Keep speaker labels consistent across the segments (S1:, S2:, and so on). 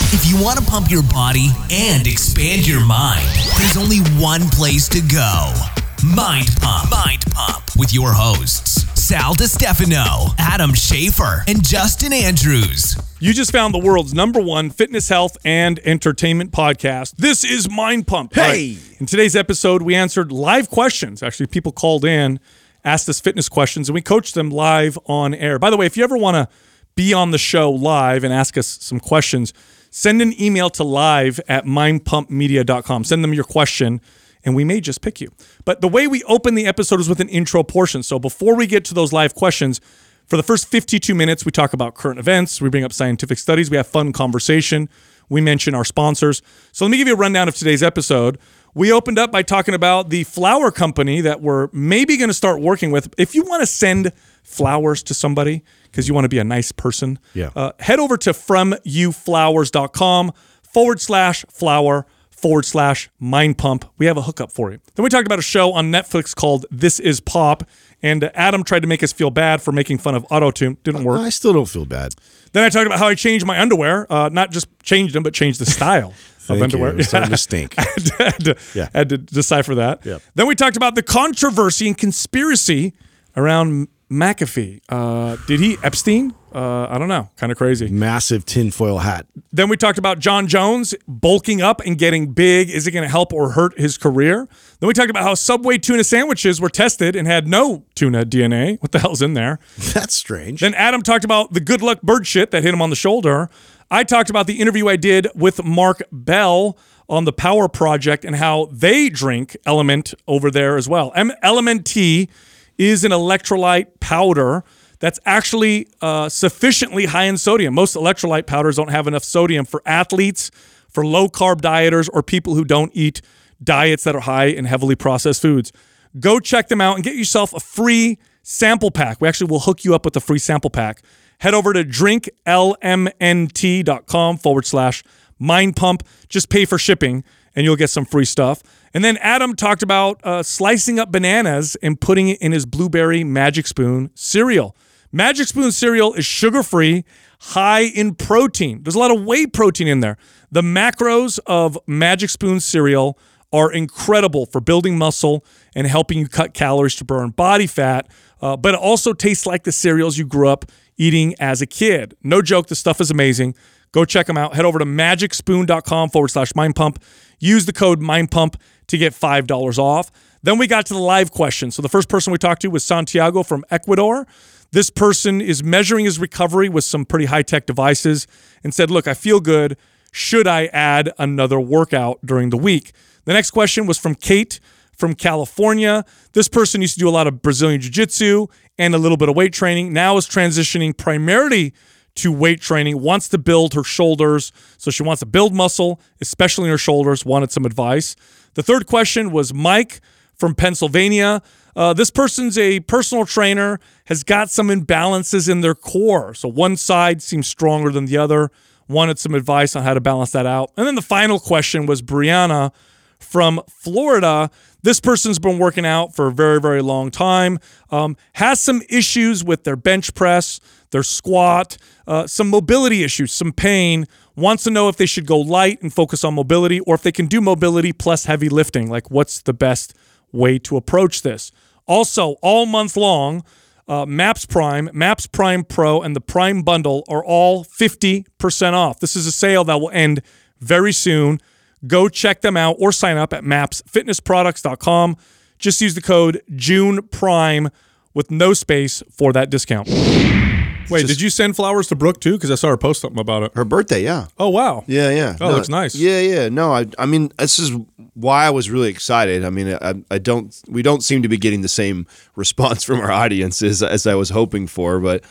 S1: If you want to pump your body and expand your mind, there's only one place to go Mind Pump. Mind Pump. With your hosts, Sal Stefano, Adam Schaefer, and Justin Andrews.
S2: You just found the world's number one fitness, health, and entertainment podcast. This is Mind Pump. All
S3: Hey!
S2: In today's episode, we answered live questions. Actually, people called in, asked us fitness questions, and we coached them live on air. By the way, if you ever want to be on the show live and ask us some questions, send an email to live at mindpumpmedia.com. Send them your question. And we may just pick you. But the way we open the episode is with an intro portion. So before we get to those live questions, for the first 52 minutes, we talk about current events, we bring up scientific studies, we have fun conversation, we mention our sponsors. So let me give you a rundown of today's episode. We opened up by talking about the flower company that we're maybe going to start working with. If you want to send flowers to somebody because you want to be a nice person,
S3: Yeah.
S2: uh, head over to fromyouflowers.com forward slash flower forward slash mind pump. We have a hookup for you. Then we talked about a show on Netflix called This Is Pop, and uh, Adam tried to make us feel bad for making fun of autotune. Didn't work.
S3: I still don't feel bad.
S2: Then I talked about how I changed my underwear, uh, not just changed them, but changed the style of
S3: Thank
S2: underwear.
S3: you. It's starting to stink.
S2: had to, had to-
S3: Yeah.
S2: had to decipher that. Then we talked about the controversy and conspiracy around McAfee. Uh, did he Epstein? Uh, I don't know. Kind of crazy.
S3: Massive tinfoil hat.
S2: Then we talked about John Jones bulking up and getting big. Is it going to help or hurt his career? Then we talked about how Subway tuna sandwiches were tested and had no tuna DNA. What the hell's in there?
S3: That's strange.
S2: Then Adam talked about the good luck bird shit that hit him on the shoulder. I talked about the interview I did with Mark Bell on the Power Project and how they drink Element over there as well. M- Element T is an electrolyte powder that's actually uh, sufficiently high in sodium. Most electrolyte powders don't have enough sodium for athletes, for low carb dieters, or people who don't eat diets that are high in heavily processed foods go check them out and get yourself a free sample pack. We actually will hook you up with a free sample pack. Head over to drinklmnt.com forward slash mind pump. Just pay for shipping and you'll get some free stuff. And then Adam talked about uh, slicing up bananas and putting it in his blueberry magic spoon cereal. Magic Spoon cereal is sugar free, high in protein. There's a lot of whey protein in there. The macros of Magic Spoon cereal are incredible for building muscle and helping you cut calories to burn body fat, uh, but it also tastes like the cereals you grew up eating as a kid. No joke, the stuff is amazing. Go check them out. Head over to magicspoon.com forward slash mind pump. Use the code mind pump to get $5 off. Then we got to the live question. So the first person we talked to was Santiago from Ecuador. This person is measuring his recovery with some pretty high tech devices and said, Look, I feel good. Should I add another workout during the week? The next question was from Kate from California. This person used to do a lot of Brazilian Jiu Jitsu and a little bit of weight training, now is transitioning primarily to weight training, wants to build her shoulders. So she wants to build muscle, especially in her shoulders, wanted some advice. The third question was Mike from Pennsylvania. Uh, this person's a personal trainer, has got some imbalances in their core. So one side seems stronger than the other. Wanted some advice on how to balance that out. And then the final question was Brianna from Florida. This person's been working out for a very, very long time, um, has some issues with their bench press, their squat, uh, some mobility issues, some pain, wants to know if they should go light and focus on mobility or if they can do mobility plus heavy lifting. Like, what's the best way to approach this? Also, all month long, uh, Maps Prime, Maps Prime Pro, and the Prime Bundle are all 50% off. This is a sale that will end very soon. Go check them out or sign up at mapsfitnessproducts.com. Just use the code June Prime with no space for that discount. Wait, did you send flowers to Brooke too? Because I saw her post something about it.
S3: Her birthday, yeah.
S2: Oh wow.
S3: Yeah, yeah.
S2: Oh,
S3: No,
S2: looks nice.
S3: Yeah, yeah. No, I, I mean, this is why I was really excited. I mean, I, I don't, we don't seem to be getting the same response from our audiences as I was hoping for, but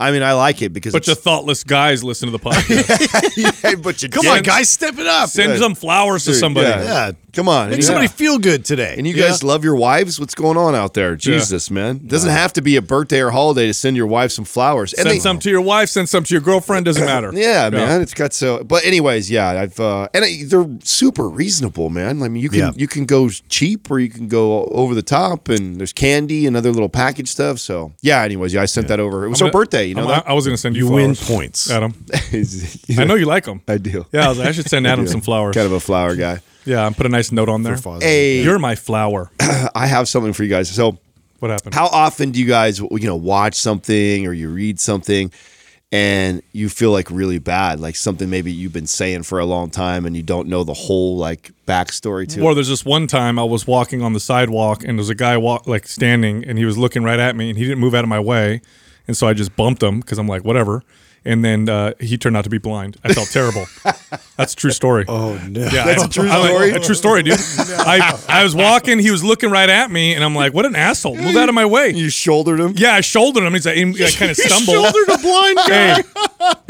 S3: I mean, I like it because.
S2: Bunch of
S3: it's-
S2: thoughtless guys listen to the podcast.
S3: yeah, but you
S2: Come on,
S3: guys, step it up.
S2: Send some flowers to somebody.
S3: Yeah, Come on.
S4: Make
S3: And you-
S4: somebody feel good today.
S3: And you
S4: Yeah.
S3: guys love your wives? What's going on out there? Jesus, man. Doesn't have to be a birthday or holiday to send your wife some flowers. And
S2: Send
S3: they-
S2: some to your wife. Send some to your girlfriend. Doesn't matter.
S3: Yeah, man, it's got so. But anyways, yeah, I've uh, and I, they're super reasonable, man. I mean, you can
S4: Yeah.
S3: you can go cheap or you can go over the top, and there's candy and other little package stuff. So yeah, anyways, yeah, I sent that over. It was her birthday, you know.
S2: I'm- I was going to send you.
S4: You win
S2: flowers,
S4: points.
S2: Adam.
S3: that?
S2: I know you like them.
S3: I do.
S2: Yeah, I, was like, I should send Adam some flowers.
S3: Kind of a flower guy.
S2: Yeah, and put a nice note on there.
S4: Father.
S3: Hey,
S2: You're my flower.
S3: I have something for you guys. So
S2: What happened?
S3: How often do you guys, you know, watch something or you read something and you feel like really bad, like something maybe you've been saying for a long time and you don't know the whole like backstory to
S2: Or
S3: it?
S2: there's this one time I was walking on the sidewalk and there's a guy walk like standing and he was looking right at me and he didn't move out of my way, and so I just bumped him because I'm like whatever, and then uh, he turned out to be blind. I felt terrible. That's a true story.
S4: Oh no.
S2: Yeah,
S3: That's
S2: a
S3: a true story?
S2: a true story, dude. I, I was walking, he was looking right at me, and I'm like, "What an asshole! Move out of my way!"
S3: You shouldered him?
S2: Yeah, I shouldered him. He's like, and I kind of stumbled.
S4: Shouldered a blind guy.
S2: hey,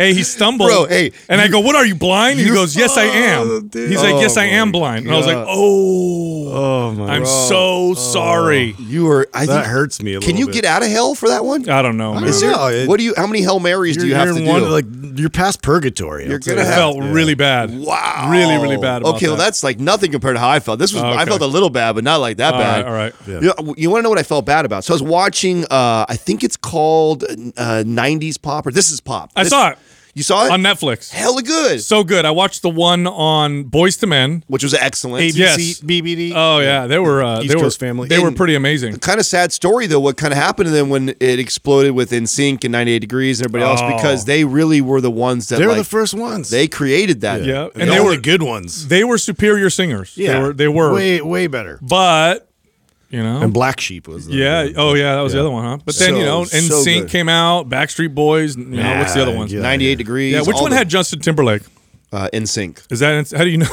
S2: hey, he stumbled.
S3: Bro, hey,
S2: And I go, what are you, blind? And he goes, yes, I
S4: Oh,
S2: am.
S4: dude.
S2: He's like,
S3: Oh,
S2: yes, I am
S3: my
S2: blind. And I was like,
S3: God.
S2: oh,
S4: Oh my.
S2: I'm
S4: God.
S2: so sorry.
S3: You were, I
S4: That
S3: think,
S4: hurts me a little.
S3: can you
S4: bit.
S3: get out of hell for that one?
S2: I don't know, man.
S3: Is
S4: don't
S3: there,
S4: know. It-
S3: what do you, how many Hail Marys do you
S4: You're
S3: have to
S4: in
S3: do?
S4: one- Like you're past purgatory. I'll
S3: You're
S4: tell
S2: It
S3: gonna
S4: you.
S3: have-
S2: felt really bad.
S3: wow.
S2: Really, really bad about
S3: okay, well,
S2: that.
S3: that's like nothing compared to how I felt. This was,
S2: Oh,
S3: I
S2: okay.
S3: felt a little bad, but not like that
S2: All
S3: bad.
S2: right, all right.
S4: Yeah.
S3: You, want to know what I felt bad about? So I was watching, uh, I think it's called uh, 90s Pop, or This is Pop.
S2: I
S3: This-
S2: saw it
S3: You saw it?
S2: on Netflix.
S3: Hella good.
S2: So good. I watched the one on Boys to Men.
S3: which was excellent.
S4: ABC,
S2: Yes.
S4: BBD.
S2: Oh yeah, they were uh,
S4: East
S2: they
S4: Coast
S2: were
S4: Family.
S2: They were
S3: And-
S2: pretty amazing.
S3: Kind of sad story though. What kind of happened to them when it exploded with NSYNC and 98 Degrees and everybody else?
S2: Oh.
S3: Because they really were the ones that
S4: they were the
S3: like,
S4: first ones.
S3: they created that.
S2: Yeah.
S4: and,
S2: and
S4: they
S2: they
S4: were
S2: were-
S4: the good ones.
S2: They were superior singers.
S4: Yeah,
S2: they were. They were.
S4: way way better.
S2: But you know,
S4: And Black Sheep was. The
S2: Yeah. Oh, yeah. That was the other one, huh? But then you
S3: So-
S2: know, and
S3: so
S2: Sync
S3: good.
S2: came out, Backstreet Boys. You know, what's the other one?
S4: yeah.
S2: Yeah.
S3: 98 Degrees.
S2: which
S3: all
S2: one
S3: the-
S2: had Justin Timberlake?
S3: uh, NSYNC?
S2: Is that how do you know?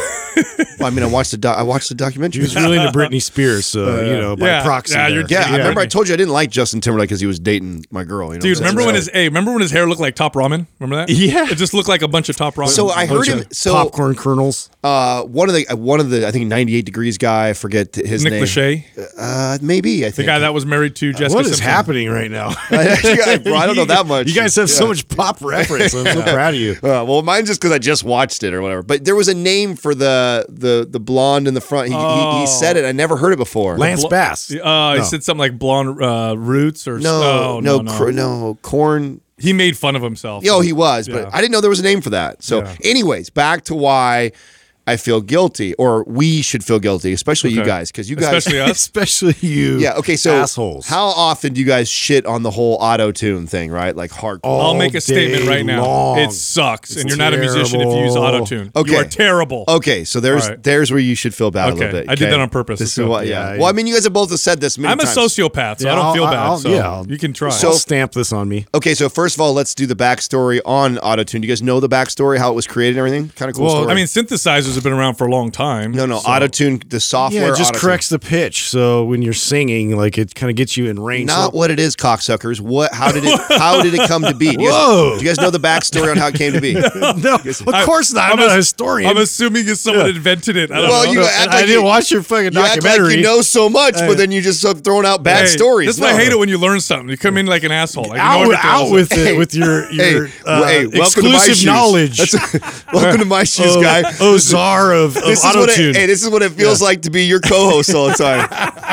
S3: Well, I mean, I watched the doc I watched the documentary.
S4: He was really into Britney Spears, so you know by
S2: yeah.
S4: proxy.
S2: Yeah, you're
S4: there.
S3: Oh, yeah, I
S2: Yeah.
S3: remember I told you I didn't like Justin Timberlake because he was dating my girl. You know
S2: Dude,
S3: what I'm
S2: remember
S3: saying?
S2: when his hey, remember when his hair looked like top ramen? Remember that?
S4: Yeah.
S2: It just looked like a bunch of top ramen.
S3: So I heard him. So
S4: popcorn kernels.
S3: uh, one of the uh, one of the I think 98 Degrees guy. I forget his
S2: Nick
S3: name.
S2: Lachey,
S3: Uh, maybe I
S2: the
S3: think.
S2: guy that was married to Jessica.
S4: what is
S2: Simpson.
S4: happening right now?
S3: I don't know that much.
S4: You guys have so much pop reference. I'm so proud of you.
S3: Uh, well, mine's just because I just watched it or whatever. But there was a name for the the the blonde in the front. He, he,
S2: Oh.
S3: he said it. I never heard it before.
S4: Lance Bass.
S2: Uh, He
S4: No.
S2: said something like blonde uh, roots or
S3: no,
S2: oh,
S3: no,
S2: no,
S3: no, cr- no, corn.
S2: He made fun of himself.
S3: Yo, he was, but
S2: Yeah.
S3: I didn't know there was a name for that. So,
S2: Yeah.
S3: anyways, back to why I feel guilty, or we should feel guilty, especially you
S2: Okay.
S3: guys, because you guys.
S2: especially us.
S4: Especially you.
S3: yeah. Okay. So,
S4: assholes.
S3: How often do you guys shit on the whole auto tune thing, right? Like hardcore.
S4: Oh.
S2: I'll make
S4: All
S2: a statement
S4: day
S2: right now.
S4: long.
S2: It sucks,
S4: It's
S2: and you're not a musician if you use
S4: terrible.
S2: auto tune.
S3: Okay.
S2: you are terrible.
S3: Okay, so there's
S2: All right.
S3: there's where you should feel bad a
S2: Okay,
S3: little bit.
S2: I did that on purpose.
S3: This
S2: Let's
S3: is
S2: go.
S3: why.
S4: Yeah,
S3: Yeah.
S4: I-
S3: Well, I mean, you guys have both have said this many
S2: I'm a
S3: times.
S2: sociopath, so
S4: Yeah,
S2: I don't
S4: I'll-
S2: feel bad.
S4: I'll-
S2: so
S4: yeah, I'll-
S2: you can try.
S4: I'll stamp this on me.
S3: Okay, so first of all, let's do the backstory on Autotune. Do you guys know the backstory, how it was created and everything? Kind of cool
S4: Well,
S3: story.
S2: I mean, synthesizers have been around for a long time.
S3: no, no, Autotune, the software.
S4: Yeah, it just
S3: Auto-Tune.
S4: corrects the pitch. So when you're singing, like it kind of gets you in range.
S3: Not
S4: So-
S3: what it is, cocksuckers. What? How did it? how did it come to be? Do you,
S4: Whoa.
S3: guys, do you guys know the backstory on how it came to be?
S4: no, of
S2: I-
S4: course not. I'm,
S2: I'm
S4: not a
S2: ass-
S4: historian.
S2: I'm assuming it's someone invented it. I don't
S3: Well,
S2: know.
S3: you
S4: No,
S3: act
S4: I
S3: like
S4: didn't
S3: you-
S4: watch your fucking
S3: You act like
S4: documentary.
S3: you know so much, but then you just start throwing out bad
S2: Hey,
S3: stories.
S2: That's why I
S3: No.
S2: hate it when you learn something. You come in like an asshole. Like, you know
S4: out,
S2: everything
S4: out
S2: else.
S4: with it with your your
S3: well,
S4: uh,
S3: hey, welcome to my
S4: exclusive
S3: shoes.
S4: knowledge.
S3: Welcome to my shoes,
S4: Oh,
S3: guy.
S4: Oh, czar of, of
S3: This is what it,
S4: autotune.
S3: hey, this is what it feels like to be your co-host all the time.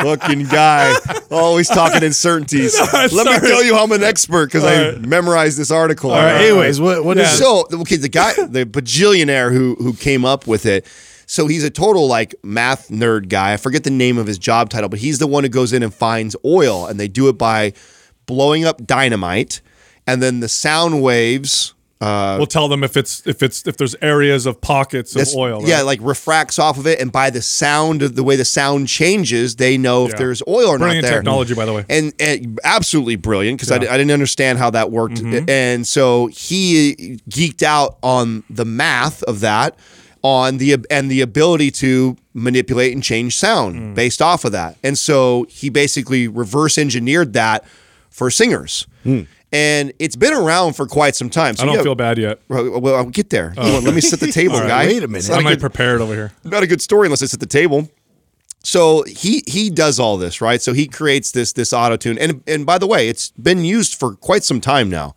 S3: Fucking guy, always talking uncertainties. Let me
S2: sorry.
S3: tell you, I'm an expert because I
S2: right.
S3: memorized this article.
S4: All right. Anyways, what what is
S2: Yeah.
S4: it?
S3: So okay, the guy, the bajillionaire who who came up with it. So he's a total like math nerd guy. I forget the name of his job title, but he's the one who goes in and finds oil, and they do it by blowing up dynamite, and then the sound waves. Uh,
S2: We'll tell them if it's if it's if there's areas of pockets of
S3: that's-
S2: oil. right?
S3: Yeah, like refracts off of it, and by the sound of the way the sound changes, they know if
S2: Yeah.
S3: there's oil or
S2: Brilliant
S3: not there.
S2: technology, by the way.
S3: and, and absolutely brilliant because I, di- I didn't understand how that worked,
S2: Mm-hmm.
S3: and so he geeked out on the math of that, on the ab- and the ability to manipulate and change sound
S2: Mm.
S3: based off of that, and so he basically reverse engineered that for singers. and it's been around for quite some time. So
S2: I don't
S3: you have-
S2: feel bad yet.
S3: Well, well, I'll get there. Hold on, let me set the table, guy.
S4: wait a minute.
S3: It's
S2: I'm
S3: not, a
S2: like
S3: good,
S2: prepared over here.
S3: not a good story unless it's at the table. So he he does all this right. So he creates this this auto tune, and and by the way, it's been used for quite some time now.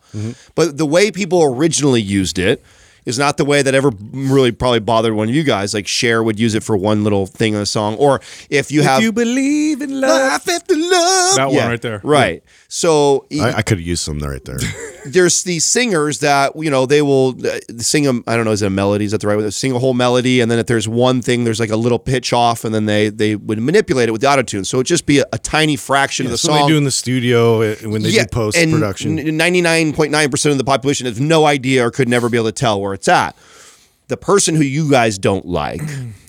S3: But the way people originally used it is not the way that ever really probably bothered one of you guys. Like Cher would use it for one little thing in a song, or if you have
S2: you believe in love?
S3: life after love,
S2: That one right there.
S3: right? So
S4: I, I could have used some right there.
S3: there's these singers that you know they will uh, sing them. I don't know, is it a melody? Is that the right way? Sing a whole melody, and then if there's one thing, there's like a little pitch off, and then they they would manipulate it with the auto tune. So it'd just be a, a tiny fraction of the
S4: so
S3: song.
S4: they do in the studio uh, when they do post production.
S3: Ninety nine point nine percent of the population has no idea or could never be able to tell where it's at. The person who you guys don't like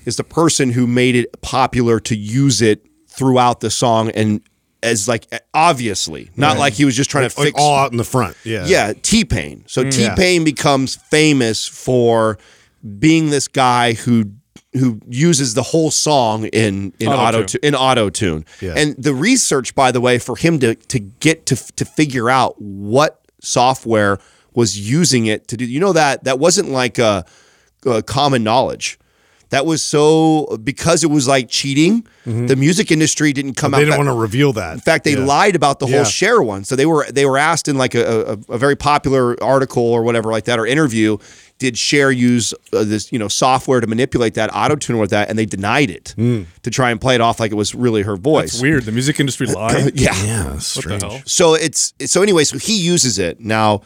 S3: is the person who made it popular to use it throughout the song and as like obviously not like he was just trying to
S4: like
S3: fix
S4: all out in the front. Yeah.
S3: yeah, T Pain. So T
S4: Yeah.
S3: Pain becomes famous for being this guy who who uses the whole song in in
S2: Auto-tune.
S3: auto tu- in auto tune.
S4: Yeah.
S3: And the research, by the way, for him to to get to f- to figure out what software was using it to do. You know that that wasn't like a, a common knowledge. That was so because it was like cheating. The music industry didn't come out.
S4: They don't
S3: that-
S4: want to reveal that.
S3: in fact, they lied about the whole
S4: Yeah.
S3: share one. So they were they were asked in like a, a, a very popular article or whatever like that or interview, did share use uh, this you know software to manipulate that auto tune with that, and they denied it
S4: Hmm.
S3: to try and play it off like it was really her voice.
S2: It's weird. The music industry lied.
S3: Yeah.
S4: Yeah, that's strange.
S2: hell?
S3: So it's so anyway. So he uses it now.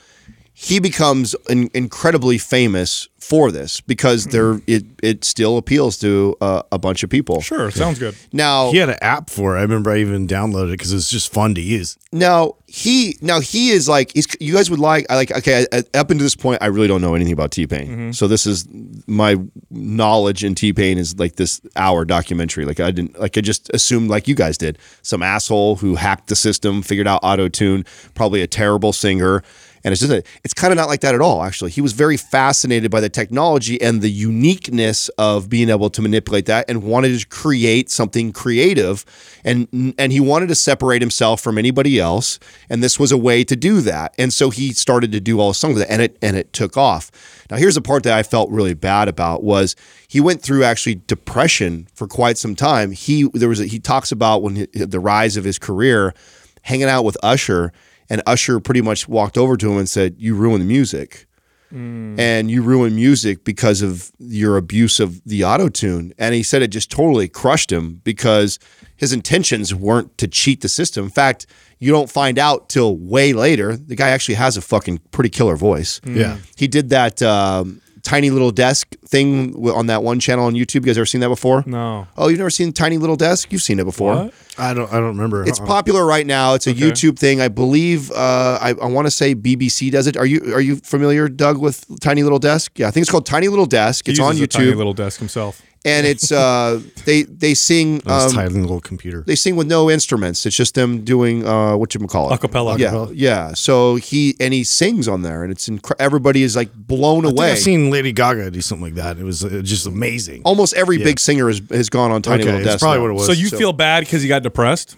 S3: He becomes in, incredibly famous for this because there it it still appeals to uh, a bunch of people.
S2: Sure, sounds good.
S3: Now
S4: He had an app for it. I remember I even downloaded it because it's just fun to use.
S3: Now he now he is like he's, you guys would like I like okay I, I- up until this point I really don't know anything about T Pain so this is my knowledge in T Pain is like this hour documentary like I didn't like I just assumed like you guys did some asshole who hacked the system figured out auto tune probably a terrible singer and it's just a- it's kind of not like that at all actually he was very fascinated by the technology and the uniqueness of being able to manipulate that and wanted to create something creative and and he wanted to separate himself from anybody else and this was a way to do that and so he started to do all songs with that and it and it took off now here's the part that I felt really bad about was he went through actually depression for quite some time he there was a, he talks about when he, the rise of his career hanging out with Usher and Usher pretty much walked over to him and said, "You ruined the music,
S2: Hmm.
S3: and you ruined music because of your abuse of the auto tune." And he said it just totally crushed him because his intentions weren't to cheat the system. In fact, you don't find out till way later. The guy actually has a fucking pretty killer voice.
S2: Hmm.
S4: Yeah.
S3: he did that. Um, Tiny little desk thing w- on that one channel on YouTube. You guys ever seen that before?
S2: No.
S3: Oh, you've never seen Tiny Little Desk? You've seen it before.
S2: What?
S4: I don't. I don't remember.
S3: It's
S4: Uh-uh.
S3: popular right now. It's a YouTube thing, I believe. Uh, I, I want to say BBC does it. Are you are you familiar, Doug, with Tiny Little Desk? Yeah, I think it's called Tiny Little Desk.
S2: He
S3: it's on
S2: uses a tiny
S3: YouTube,
S2: little desk himself.
S3: and it's uh, they they sing
S4: It's
S3: um,
S4: tiny little computer.
S3: they sing with no instruments. It's just them doing uh, what you call
S2: A
S3: it.
S2: cappella.
S3: Yeah, yeah. So he and he sings on there, and it's incre- everybody is like blown
S4: I
S3: away.
S4: have seen Lady Gaga do something like that. It was uh, just amazing.
S3: Almost every big singer has, has gone on Tiny
S4: okay,
S3: Little
S4: that's
S3: Desk.
S4: probably
S3: now.
S4: what it was.
S2: So you feel bad because you got depressed?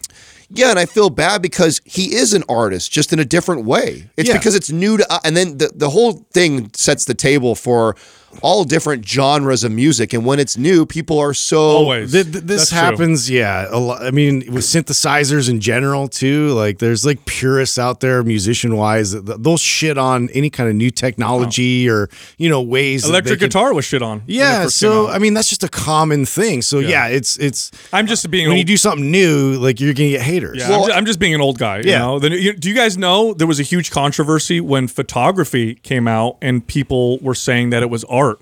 S3: Yeah, and I feel bad because he is an artist, just in a different way. It's
S4: Yeah.
S3: because it's new to, uh, and then the, the whole thing sets the table for all different genres of music. And when it's new, people are so
S2: Always.
S4: Th- th-
S2: That's
S4: this
S2: true.
S4: happens, yeah. A lot, I mean, with synthesizers in general too. Like, there's like purists out there, musician wise, that they'll shit on any kind of new technology or you know ways. that
S2: Oh.
S4: they
S2: Electric
S4: can-
S2: guitar was shit on. when it
S4: Yeah,
S2: first came
S4: so
S2: out.
S4: I mean that's just a common thing. So yeah, it's it's
S2: I'm just being
S4: when
S2: old,
S4: you do something new, like you're gonna get haters.
S2: Yeah, I'm, ju- I'm just, being an old guy. You
S4: Yeah.
S2: know? The- you- do you guys know there was a huge controversy when photography came out and people were saying that it was art?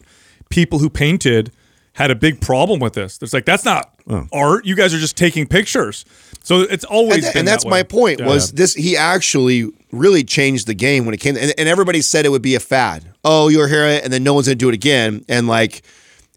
S2: People who painted had a big problem with this. It's like that's not art. You guys are just taking pictures. So it's always
S3: Oh. and, that-
S2: been
S3: and
S2: that
S3: that's
S2: way.
S3: my point
S2: Yeah.
S3: was this he actually really changed the game when it came and, and everybody said it would be a fad oh you'll hear it and then no one's gonna do it again and like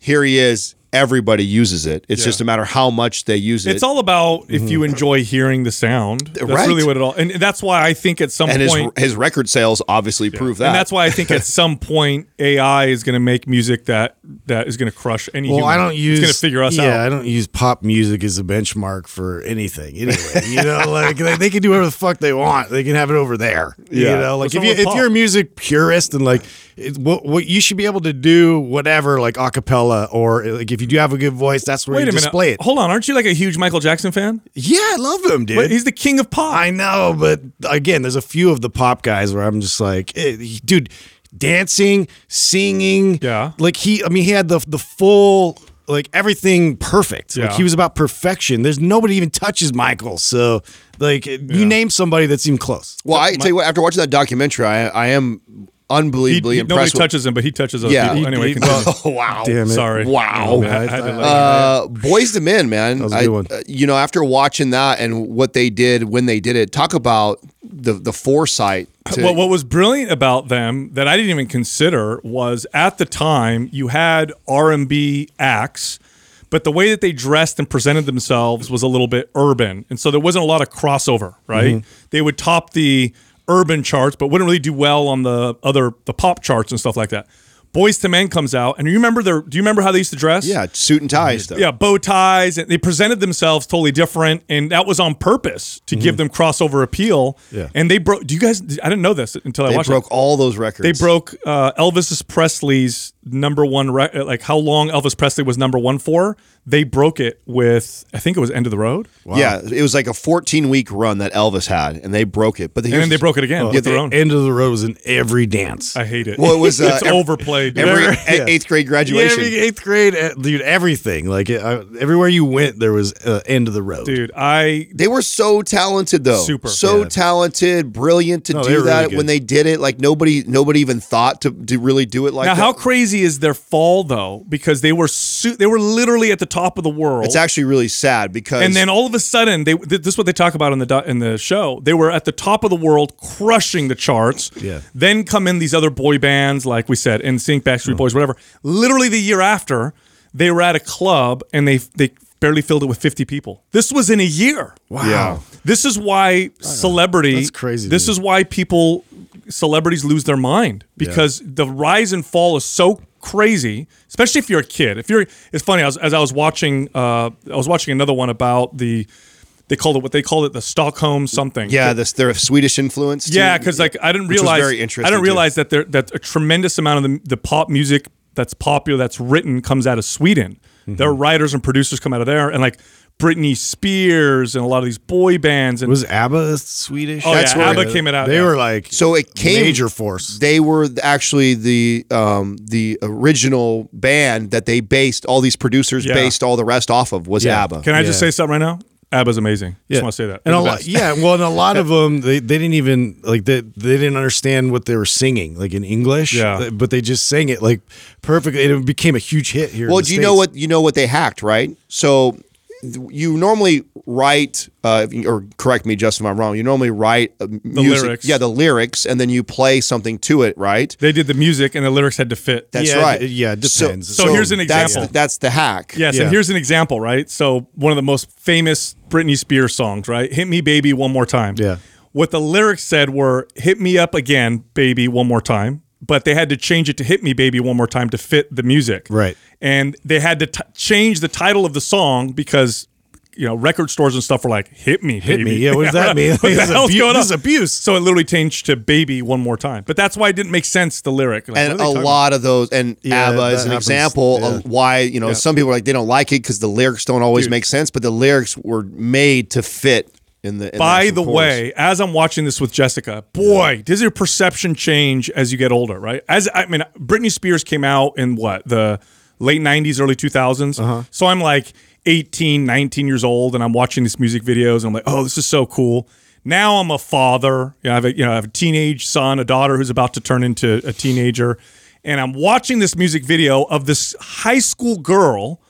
S3: here he is everybody uses it. It's just a matter how much they use it.
S2: It's all about if you enjoy hearing the sound. That's
S3: Mm-hmm. Right.
S2: really what it all. And that's why I think at some
S3: and his,
S2: point,
S3: his record sales obviously prove that.
S2: and that's why I think at some point AI is going to make music that that is going to crush any.
S4: Well,
S2: human.
S4: I don't use.
S2: It's going to figure us
S4: yeah, I
S2: out.
S4: don't use pop music as a benchmark for anything. Anyway, you know, like they, they can do whatever the fuck they want. They can have it over there. You
S2: Yeah.
S4: know, like
S2: What's
S4: if
S2: wrong
S4: you
S2: with
S4: if
S2: pop?
S4: you're a music purist and like it, what what you should be able to do whatever like a cappella or like if you do have a good voice, that's where
S2: Wait
S4: you
S2: a minute.
S4: display it.
S2: Hold on. Aren't you like a huge Michael Jackson fan?
S4: Yeah, I love him, dude.
S2: But he's the king of pop.
S4: I know, but again, there's a few of the pop guys where I'm just like, eh, he- dude, dancing, singing,
S2: Yeah.
S4: Like he, I mean, he had the the full like everything perfect. Like
S2: Yeah.
S4: he was about perfection. There's nobody even touches Michael. So like, you name somebody that's even close.
S3: well, I tell you what, after watching that documentary, I, I am
S2: He-
S3: unbelievably
S2: he- nobody
S3: impressed with
S2: touches him, but he touches other
S3: Yeah.
S2: people. Anyway,
S4: he-
S2: continue.
S3: Oh, wow.
S4: Damn it.
S2: sorry.
S3: Wow.
S2: I- I had to let you-
S3: Uh, Boys to Men, man.
S4: was a good one.
S3: I, uh, you know, after watching that and what they did when they did it, talk about the the foresight. To,
S2: Well, what was brilliant about them that I didn't even consider was at the time you had R and B acts, but the way that they dressed and presented themselves was a little bit urban, and so there wasn't a lot of crossover. Right?
S3: Mm-hmm.
S2: They would top the urban charts, but wouldn't really do well on the other the pop charts and stuff like that. Boys to Men comes out, and you remember their? Do you remember how they used to dress?
S3: yeah, suit and tie stuff.
S2: yeah, bow ties, and they presented themselves totally different, and that was on purpose to
S3: Mm-hmm.
S2: give them crossover appeal.
S4: Yeah.
S2: and they broke. Do you guys? I didn't know this until I
S3: They
S2: watched.
S3: broke
S2: it.
S3: all those
S2: They
S3: records.
S2: broke uh, Elvis Presley's number one, re- like how long Elvis Presley was number one for. They broke it with, I think it was End of the Road,
S3: Yeah, it was like a 14 week run that Elvis had, and they broke it. But
S2: and
S3: here's- Oh.
S2: then they broke it again with their
S4: The
S2: own.
S4: End of the road was in every dance.
S2: I hate it.
S3: Well, it was, uh,
S2: it's
S3: every-
S2: overplayed.
S3: every
S2: Every-
S3: e- eighth grade graduation.
S4: Yeah, every eighth grade, eh, dude. Everything, like uh, everywhere you went, there was uh, end of the road.
S2: dude, I
S3: They were so talented though.
S2: Super.
S3: So
S4: Yeah.
S3: talented, brilliant to
S4: No, they
S3: do
S4: were
S3: that
S4: really good.
S3: when they did it. Like nobody nobody even thought to, to really do it like
S2: now
S3: that.
S2: how crazy is their fall though? Because they were su- they were literally at the top of the world.
S3: it's actually really sad because
S2: and then all of a sudden they th- this is what they talk about in the do- in the show they were at the top of the world crushing the charts
S4: Yeah.
S2: then come in these other boy bands like we said in sync backstreet
S4: Mm.
S2: boys whatever literally the year after they were at a club and they they barely filled it with 50 people this was in a year
S4: Wow.
S3: Yeah.
S2: this is why celebrity
S4: That's crazy to
S2: this
S4: me.
S2: is why people celebrities lose their mind because the rise and fall is so crazy especially if you're a kid if you're it's funny I was, as i was watching uh i was watching another one about the they called it what they called it the stockholm something
S3: yeah, this they're Swedish influence. too.
S2: yeah, because like I didn't
S3: Which was
S2: realize
S3: very interesting,
S2: I didn't
S3: too.
S2: realize that there that a tremendous amount of the, the pop music that's popular that's written comes out of Sweden. Their
S3: Mm-hmm.
S2: writers and producers come out of there, and like Britney Spears and a lot of these boy bands and
S4: Was ABBA Swedish?
S2: Oh,
S3: That's yeah, where-
S2: ABBA came it out,
S4: They
S2: yeah.
S4: were like
S3: So it came
S4: major force.
S3: They were th- actually the um, the original band that they based all these producers
S2: Yeah.
S3: based all the rest off of was
S4: Yeah.
S3: ABBA.
S2: Can I just
S4: Yeah.
S2: say something right now? ABBA's amazing. Just want to say that.
S4: And
S2: They're
S4: a
S2: the
S4: lot,
S2: best.
S4: yeah, well, and a lot of them they, they didn't even like they they didn't understand what they were singing like in English,
S2: Yeah.
S4: But they just sang it like perfectly, and it became a huge hit here. in
S3: Well,
S4: the
S3: do you know
S4: States.
S3: what you know what they hacked, right? So th- you normally write, uh, or correct me, Justin, if I'm wrong. You normally write uh, music,
S2: lyrics.
S3: yeah, the lyrics, and then you play something to it, right?
S2: They did the music and the lyrics had to fit.
S3: That's
S4: Yeah,
S3: right.
S4: it- yeah, it depends.
S2: So here's an
S3: that's
S2: example.
S3: the- that's the hack.
S2: Yes,
S4: Yeah.
S2: and here's an example, right? So one of the most famous Britney Spears songs, right? Hit me baby one more time.
S4: Yeah.
S2: What the lyrics said were hit me up again, baby, one more time. But they had to change it to hit me baby one more time to fit the music.
S4: Right.
S2: And they had to t- change the title of the song because you know, record stores and stuff were like, "Hit me,
S4: Hit me.
S2: baby."
S4: Yeah, what does that mean?
S2: what the
S4: This is
S2: hell's
S4: abu-
S2: going on?
S4: this is abuse.
S2: So it literally changed to "baby" one more time. But that's why it didn't make sense. The lyric, Like,
S3: and
S2: what are
S3: a
S2: they talking
S3: lot of those and
S4: Yeah,
S3: abba
S4: that
S3: is an
S4: happens.
S3: example
S4: Yeah.
S3: of why you know some people are like they don't like it because the lyrics don't always
S2: Dude.
S3: make sense but the lyrics were made to fit in the in
S2: By
S3: actual
S2: the
S3: chorus.
S2: way, as I'm watching this with Jessica, boy, does your perception change as you get older, right? As I mean, Britney Spears came out in what the late '90s, early 2000s. So I'm like 18, 19 years old, and I'm watching these music videos, and I'm like, oh, this is so cool. Now I'm a father. You know, I have a, you know, I have a teenage son, a daughter who's about to turn into a teenager, and I'm watching this music video of this high school girl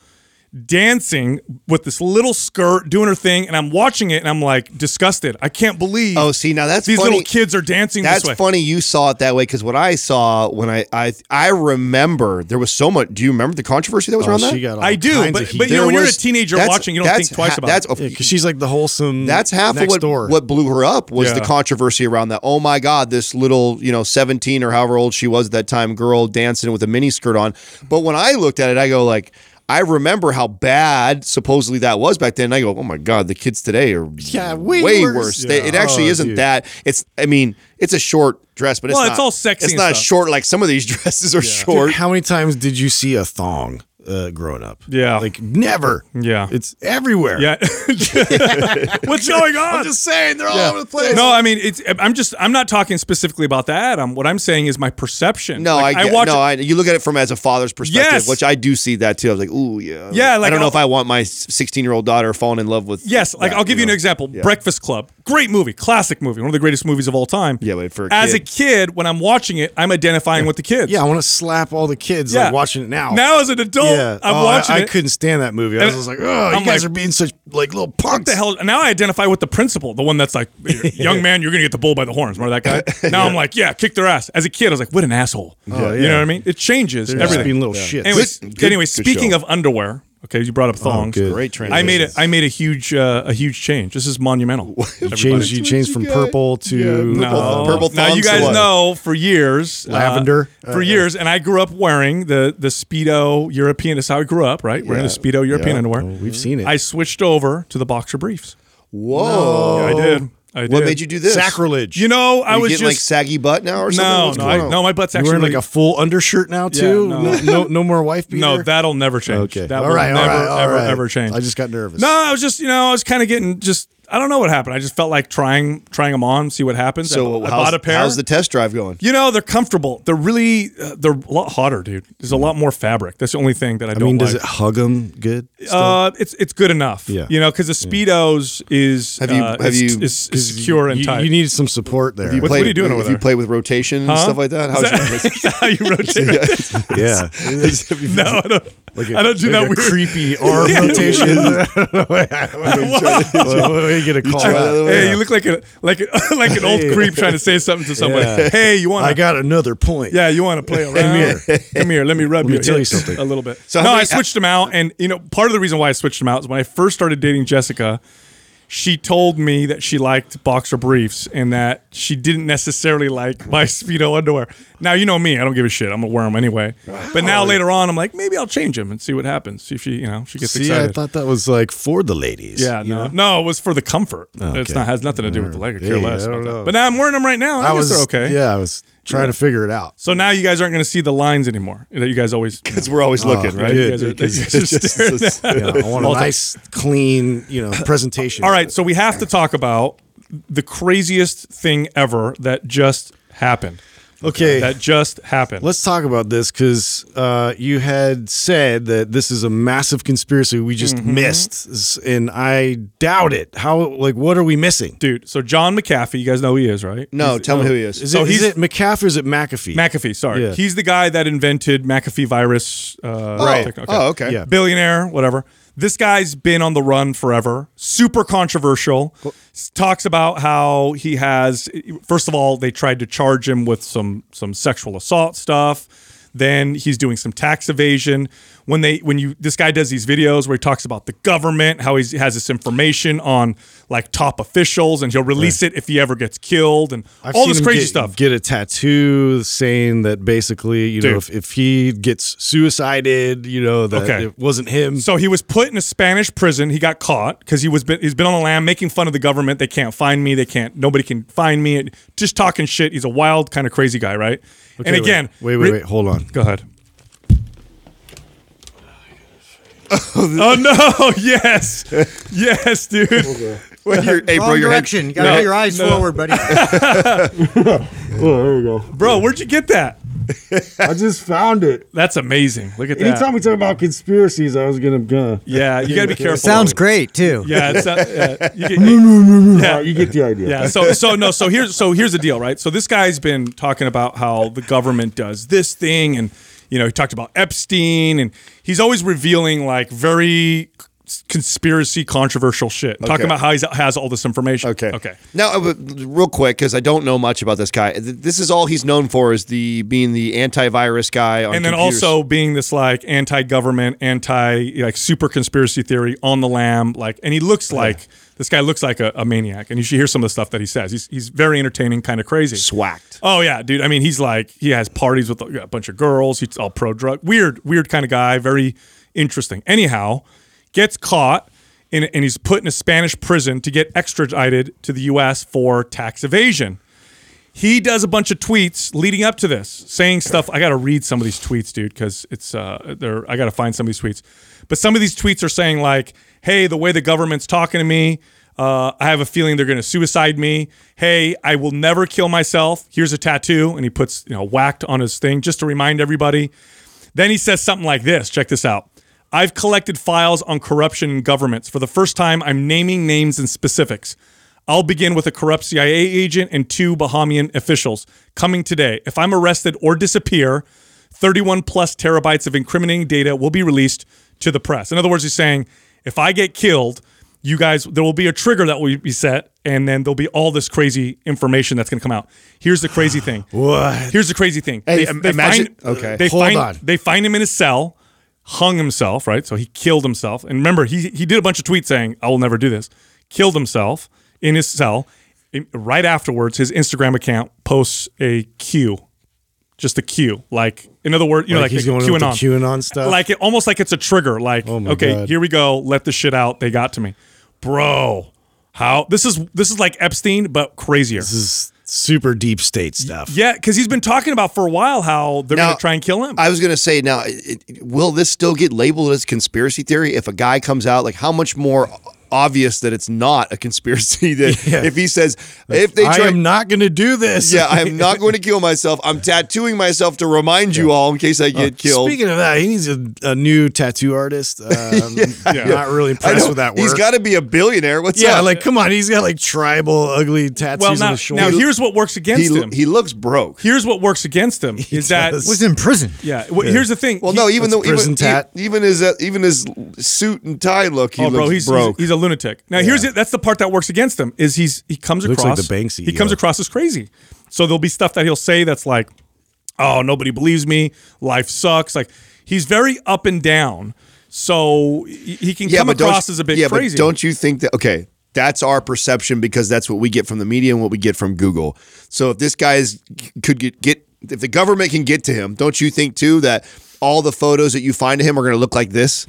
S2: dancing with this little skirt, doing her thing, and I'm watching it, and I'm like disgusted. I can't believe.
S3: Oh, see, now that's
S2: these
S3: funny.
S2: little kids are dancing
S3: That's
S2: this way.
S3: funny you saw it that way because what I saw when I, I I remember there was so much. Do you remember the controversy that was around that?
S4: Oh, she got all
S2: I do,
S4: kinds
S2: but,
S4: of heat.
S2: but you know
S3: There
S2: when Oh, you're a
S3: was-
S2: teenager
S3: that's-
S2: watching, you don't
S3: that's
S2: think twice
S3: ha-
S2: about
S3: that's
S2: it.
S3: a-
S4: Yeah, 'cause she's like the wholesome.
S3: That's half of
S4: Mm-hmm. next
S3: what,
S4: door.
S3: what blew her up was the
S2: Yeah.
S3: controversy around that. Oh my God, this little, you know, 17 or however old she was at that time, girl dancing with a mini skirt on. But when I looked at it, I go like, I remember how bad supposedly that was back then. And I go, oh my God, the kids today are
S4: Yeah, way
S3: worse.
S4: worse.
S3: They- it
S4: Yeah.
S3: actually
S4: Oh,
S3: isn't
S4: dude.
S3: that. It's, I mean, it's a short dress, but it's
S2: Well,
S3: not,
S2: it's all sexy
S3: It's
S2: and
S3: not
S2: stuff.
S3: short like some of these dresses are
S4: Dude,
S3: short.
S4: how many times did you see a thong uh, growing up?
S2: Yeah.
S4: like never.
S2: Yeah.
S4: it's everywhere.
S2: yeah. What's going on?
S4: I'm just saying they're all over the place.
S2: No, I mean it's. I'm just. I'm not talking specifically about that. Adam. What I'm saying is my perception.
S3: No,
S2: Like,
S3: I, get,
S2: watch.
S3: no, I, you look at it from as a father's perspective,
S2: Yes.
S3: which I do see that too. I was like, ooh, yeah,
S2: Yeah,
S3: I
S2: like,
S3: don't know
S2: I'll-
S3: if I want my 16 year old daughter falling in love with.
S2: yes, like
S3: that,
S2: I'll give you an
S3: know?
S2: example.
S3: Yeah.
S2: Breakfast Club, great movie, classic movie, one of the greatest movies of all time.
S3: Yeah, but for a
S2: as
S3: kid-
S2: a kid, when I'm watching it, I'm identifying with the kids.
S4: yeah, I want to slap all the kids
S2: Yeah.
S4: like watching it now.
S2: Now as an adult,
S4: yeah,
S2: I'm
S4: Oh, I-
S2: watching
S4: I,
S2: it.
S4: couldn't stand that movie. I
S2: And
S4: was just like, oh, you
S2: I'm
S4: guys
S2: like,
S4: are being such like little punks.
S2: the hell now I identify with the principal, the one that's like, young man, you're gonna get the bull by the horns. Remember that guy? Now I'm like, yeah, kick their ass. As a kid, I was like, what an asshole. You
S4: yeah.
S2: know what I mean? It changes
S4: They're just
S2: everything.
S4: being little shits.
S2: Anyways,
S3: Good- good-
S2: anyway,
S3: good
S2: speaking
S3: show.
S2: of underwear, okay, you brought up thongs.
S4: good.
S3: Great transition.
S2: I made it. I made a huge, uh, a huge change. This is monumental.
S4: You changed, you changed from purple to
S2: No.
S3: Purple- purple
S2: Uh, Now you
S3: thongs to
S2: guys
S3: what?
S2: know for years, uh,
S4: Lavender.
S2: for years, and I grew up wearing the the speedo European. That's how I grew up, right? Wearing the speedo European
S3: Yeah.
S2: underwear.
S4: Oh, we've seen it.
S2: I switched over to the boxer briefs.
S3: Whoa.
S2: I did. I did.
S3: What made you do this?
S4: Sacrilege.
S2: You know, I
S3: Are you
S2: was
S3: getting
S2: just
S3: like saggy butt now or something?
S2: no,
S3: What's
S2: no,
S3: going
S2: I,
S3: on?
S2: no. My butt's
S4: You're
S2: actually
S4: wearing like a full undershirt now too.
S2: no.
S4: no. no, no more wife beater.
S2: no. That'll never change.
S4: Okay.
S2: That
S4: all
S2: will
S4: right. all
S2: never,
S4: right. all
S2: ever,
S4: right.
S2: ever change.
S4: I just got nervous.
S2: no. I was just you know I was kind of getting just I don't know what happened. I just felt like trying trying them on, see what happens.
S3: So
S2: I, I
S3: how's,
S2: bought a pair.
S3: how's the test drive going?
S2: you know they're comfortable. They're really uh, they're a lot hotter, dude. There's a lot more fabric. That's the only thing that I,
S4: I
S2: don't
S4: mean,
S2: like.
S4: does it hug them good?
S2: uh, it's it's good enough.
S4: Yeah.
S2: You know, because the speedos is
S3: Have you-
S2: uh,
S3: have
S2: is,
S3: you-
S2: is, is secure and
S4: you,
S2: tight.
S4: You need some support there.
S2: What- what are you doing
S3: have
S2: over
S3: you
S2: there?
S3: played with rotation and
S2: Huh?
S3: stuff like that? How's your-
S2: Is that how you rotate?
S4: yeah.
S2: No, I don't. I I don't do that
S4: like a
S2: weird
S4: creepy arm
S2: Yeah.
S4: rotation. Well, you get a call. out.
S2: Hey, you look like a like a, like an old creep trying to say something to somebody.
S4: Yeah.
S2: Hey, you want?
S4: I
S2: to
S4: got another point.
S2: Yeah, you want to play around? Come here, come here. Let me rub
S4: Let me
S2: your
S4: tell you
S2: hips
S4: something.
S2: a little bit.
S3: So
S2: So
S3: how
S2: no,
S3: many-
S2: I switched them out, and you know, part of the reason why I switched them out is when I first started dating Jessica, she told me that she liked boxer briefs and that she didn't necessarily like my speedo underwear. Now you know me; I don't give a shit. I'm gonna wear them anyway. But now later on, I'm like, maybe I'll change them and see what happens. See if she, you know, she gets
S4: See,
S2: excited.
S4: I thought that was like for the ladies.
S2: Yeah,
S4: you
S2: no,
S4: know?
S2: no, it was for the comfort. It's
S4: okay. Mm,
S2: not has nothing to do with the leg. I care
S4: Hey,
S2: less.
S4: I don't
S2: about that.
S4: know.
S2: But now I'm wearing them right now. and I,
S4: I
S2: guess
S4: was
S2: they're okay.
S4: Yeah, I was trying to figure it out.
S2: So now you guys aren't going to see the lines anymore that you guys always. you know,
S3: Because we're always looking, right?
S2: you
S4: dude,
S2: guys are- you
S4: because
S2: guys are staring at-
S4: You know, I want a
S2: All time.
S4: nice, clean, you know, presentation.
S2: All right, so we have to talk about the craziest thing ever that just happened.
S4: Okay.
S2: That just happened.
S4: Let's talk about this because uh, you had said that this is a massive conspiracy we just
S2: Mm-hmm.
S4: missed, S- and I doubt it. How? Like, what are we missing?
S2: Dude, so John McAfee, you guys know who he is, right?
S3: No, tell me who he is.
S4: Is,
S2: So
S4: it,
S2: he's-
S4: is it McAfee or is it McAfee?
S2: McAfee, sorry.
S4: Yeah.
S2: He's the guy that invented McAfee virus. Uh,
S3: Oh,
S2: techno-
S3: Oh, okay.
S4: Yeah.
S2: billionaire, whatever. This guy's been on the run forever. Super controversial. S- Talks about how he has. First of all, they tried to charge him with some some sexual assault stuff. Then he's doing some tax evasion. When they when you this guy does these videos where he talks about the government, how he's, he has this information on like top officials, and he'll release it if he ever gets killed, and
S4: I've
S2: all
S4: seen
S2: this
S4: him
S2: crazy
S4: get-
S2: stuff.
S4: Get a tattoo saying that basically, you
S2: Dude.
S4: know, if, if he gets suicided, you know, that
S2: Okay.
S4: it wasn't him.
S2: So he was put in a Spanish prison. He got caught because he was been, he's been on the lam making fun of the government. They can't find me. They can't. Nobody can find me. Just talking shit. He's a wild kind of crazy guy, right? and
S4: Okay, wait.
S2: again,
S4: wait, wait,
S2: re-
S4: wait, hold on.
S2: Go ahead. oh no! Yes, yes, dude.
S3: Well, you're- hey, bro,
S5: Wrong
S3: your head-
S5: direction. You gotta
S2: No,
S5: get your eyes
S2: no.
S5: forward, buddy.
S6: Oh,
S2: Bro, where'd you get that?
S6: I just found it.
S2: That's amazing. Look at that.
S6: Anytime we talk about conspiracies, I was gonna go.
S2: yeah, you gotta be careful.
S5: Sounds great too.
S2: Yeah, it's, uh, yeah, you get-
S6: All right, you get the idea.
S2: Yeah. So so no. So here's so here's the deal, right? So this guy's been talking about how the government does this thing, and you You know, he talked about Epstein, and he's always revealing like very c- conspiracy controversial shit.
S3: Okay.
S2: Talking about how he has all this information.
S3: Okay.
S2: Okay.
S3: Now, uh, but real quick, because I don't know much about this guy. Th- This is all he's known for is the being the antivirus guy. On
S2: and then
S3: computers.
S2: also being this like anti-government, anti like super conspiracy theory on the lam, like, and he looks like this guy looks like a, a maniac, and you should hear some of the stuff that he says. He's he's very entertaining, kind of crazy.
S3: swacked.
S2: Oh yeah, dude. I mean, he's like he has parties with a a bunch of girls. He's all pro drug, weird, weird kind of guy. Very interesting. Anyhow, gets caught and and he's put in a Spanish prison to get extradited to the U.S. for tax evasion. He does a bunch of tweets leading up to this, saying stuff. I got to read some of these tweets, dude, because it's uh, they're I got to find some of these tweets. But some of these tweets are saying like, "Hey, the way the government's talking to me, uh, I have a feeling they're going to suicide me. Hey, I will never kill myself. Here's a tattoo. And he puts, you know, whacked on his thing just to remind everybody. Then he says something like this check this out. I've collected files on corruption in governments. For the first time, I'm naming names and specifics. I'll begin with a corrupt CIA agent and two Bahamian officials coming today. If I'm arrested or disappear, 31 plus terabytes of incriminating data will be released to the press. In other words, he's saying, if I get killed, you guys, there will be a trigger that will be set, and then there'll be all this crazy information that's going to come out. Here's the crazy thing.
S4: What?
S2: Here's the crazy thing.
S3: Hey, im- imagine-
S2: find,
S3: okay.
S2: They
S4: Hold
S2: find,
S4: on.
S2: They find him in his cell, hung himself, right? So he killed himself. And remember, he he did a bunch of tweets saying, "I will never do this." Killed himself in his cell. And right afterwards, his Instagram account posts a Q, just a Q. Like in other words, you know,
S4: Like
S2: like
S4: he's
S2: a
S4: going in with the QAnon stuff? Oh
S2: Like it almost like it's a trigger. Like
S4: my
S2: okay,
S4: God.
S2: here we go. Let the shit out. They got to me, bro. How this is this is like Epstein, but crazier.
S4: This is super deep state stuff.
S2: Yeah, because he's been talking about for a while how they're
S3: Now,
S2: going to try and kill him.
S3: I was gonna say now, it, it- will this still get labeled as conspiracy theory if a guy comes out like how much more obvious that it's not a conspiracy that
S4: Yeah.
S3: if he says if they
S4: I
S3: try
S4: am not going to do this.
S3: yeah I am not going to kill myself I'm tattooing myself to remind you all in case I get killed
S4: Oh, Speaking of that, he needs a, a new tattoo artist. Uh, I'm Not really
S3: I
S4: impressed
S3: know,
S4: with that work.
S3: he's got to be a billionaire what's
S4: yeah,
S3: up?
S4: like come on, he's got like tribal ugly tattoos
S2: well,
S4: on
S2: now,
S4: his
S2: now
S4: shoulder.
S2: here's what works against
S3: he
S2: him.
S3: he looks broke
S2: here's what works against him is that
S4: does.
S5: was in prison.
S2: yeah. Well, Here's the thing.
S3: Well,
S2: He-
S3: no, even
S4: That's
S3: though
S4: prison
S3: even,
S4: tat.
S3: e- even his uh, even his suit and tie look, he
S2: oh,
S3: looks
S2: bro, he's, he's
S3: broke.
S2: he's a lunatic. Now here's it. That's the part that works against him is he's he comes
S4: Looks like
S2: across
S4: the bank
S2: He comes
S4: CEO.
S3: E
S2: across as crazy. So there'll be stuff that he'll say that's like, oh, nobody believes me. Life sucks. Like he's very up and down. So he he can come
S3: but don't
S2: across
S3: you-
S2: as a bit
S3: yeah,
S2: crazy.
S3: But don't you think that okay? That's our perception because that's what we get from the media and what we get from Google. So if this guy is, could get, get if the government can get to him, don't you think too that all the photos that you find of him are going to look like this?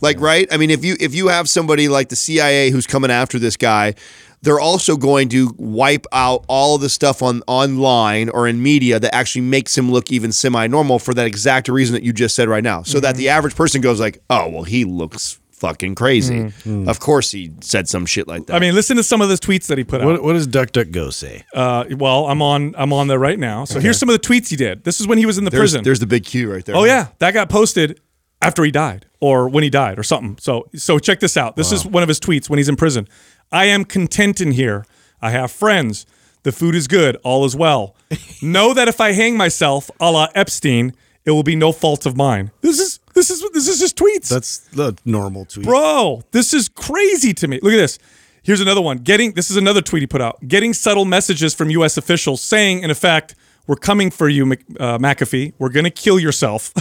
S3: like right? I mean, if you if you have somebody like the CIA who's coming after this guy, they're also going to wipe out all the stuff on online or in media that actually makes him look even semi-normal for that exact reason that you just said right now, so that the average person goes like, "Oh, well, he looks fucking crazy. Of course, he said some shit like that."
S2: I mean, listen to some of those tweets that he put out.
S4: what, what does DuckDuckGo say?
S2: Uh, well, I'm on I'm on there right now. So here's some of the tweets he did. This is when he was in the
S3: there's,
S2: prison.
S3: there's the big Q right there.
S2: oh yeah, that got posted after he died or when he died or something. So so check this out. This is one of his tweets when he's in prison. I am content in here. I have friends. The food is good. All is well. know that if I hang myself, a la Epstein, it will be no fault of mine. This is this is this is his tweets.
S4: That's the normal tweet.
S2: Bro, this is crazy to me. Look at this. Here's another one. Getting this is another tweet he put out. Getting subtle messages from U.S. officials saying, in effect, "We're coming for you, Mc- uh, McAfee. We're gonna kill yourself."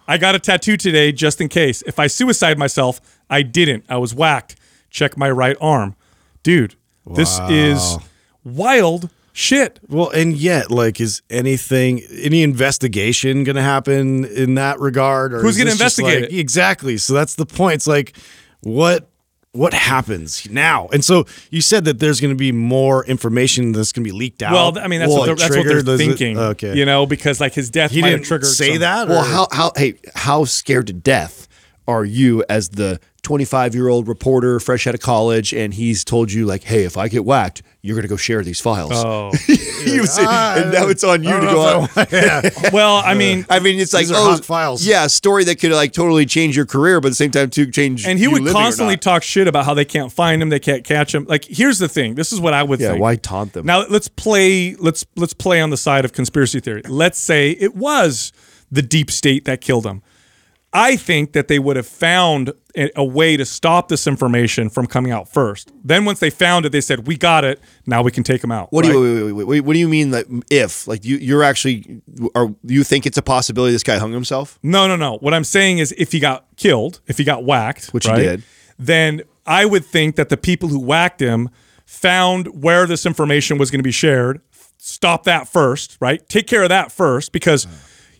S2: I got a tattoo today just in case. If I suicide myself, I didn't. I was whacked. Check my right arm, dude. This is wild shit.
S4: Well, and yet, like, is anything, any investigation going to happen in that regard? Or
S2: Who's
S4: is
S2: gonna
S4: this just
S2: investigate
S4: like-
S2: it?
S4: Exactly. So that's the point. It's like, what what happens now? And so you said that there's going to be more information that's going to be leaked out.
S2: Well, I mean, that's,
S4: Will
S2: what, they're,
S4: it
S2: that's what
S4: trigger?
S2: they're
S4: Does it-
S2: thinking.
S4: okay.
S2: You know, because like his death
S4: he
S2: might
S4: didn't
S2: have triggered
S4: say
S2: some-
S4: that.
S3: Well,
S4: or-
S3: how how hey how scared to death are you as the 25 year old reporter fresh out of college and he's told you like hey if i get whacked you're gonna go share these files
S2: Oh.
S3: You see- and now it's on you to
S4: I don't
S3: go
S4: know
S3: out
S4: if I want- yeah.
S2: well, I mean,
S3: I mean, it's
S4: These
S3: like
S4: are
S3: oh,
S4: hot files.
S3: Yeah, a story that could like totally change your career, but at the same time, too, change.
S2: and he
S3: you
S2: would
S3: living or
S2: constantly
S3: not.
S2: talk shit about how they can't find him, they can't catch him. Like, here's the thing. This is what I would
S3: Yeah,
S2: think.
S3: why taunt them?
S2: Now let's play. Let's let's play on the side of conspiracy theory. Let's say it was the deep state that killed him. I think that they would have found a, a way to stop this information from coming out first. Then once they found it, they said, "We got it. Now we can take him out."
S3: What
S2: right?
S3: do you wait, wait, wait, wait, what do you mean that if like you you're actually are you think it's a possibility this guy hung himself?
S2: No, no, no. What I'm saying is if he got killed, if he got whacked,
S3: Which he
S2: right,
S3: did.
S2: then I would think that the people who whacked him found where this information was going to be shared. Stop that first, right? Take care of that first because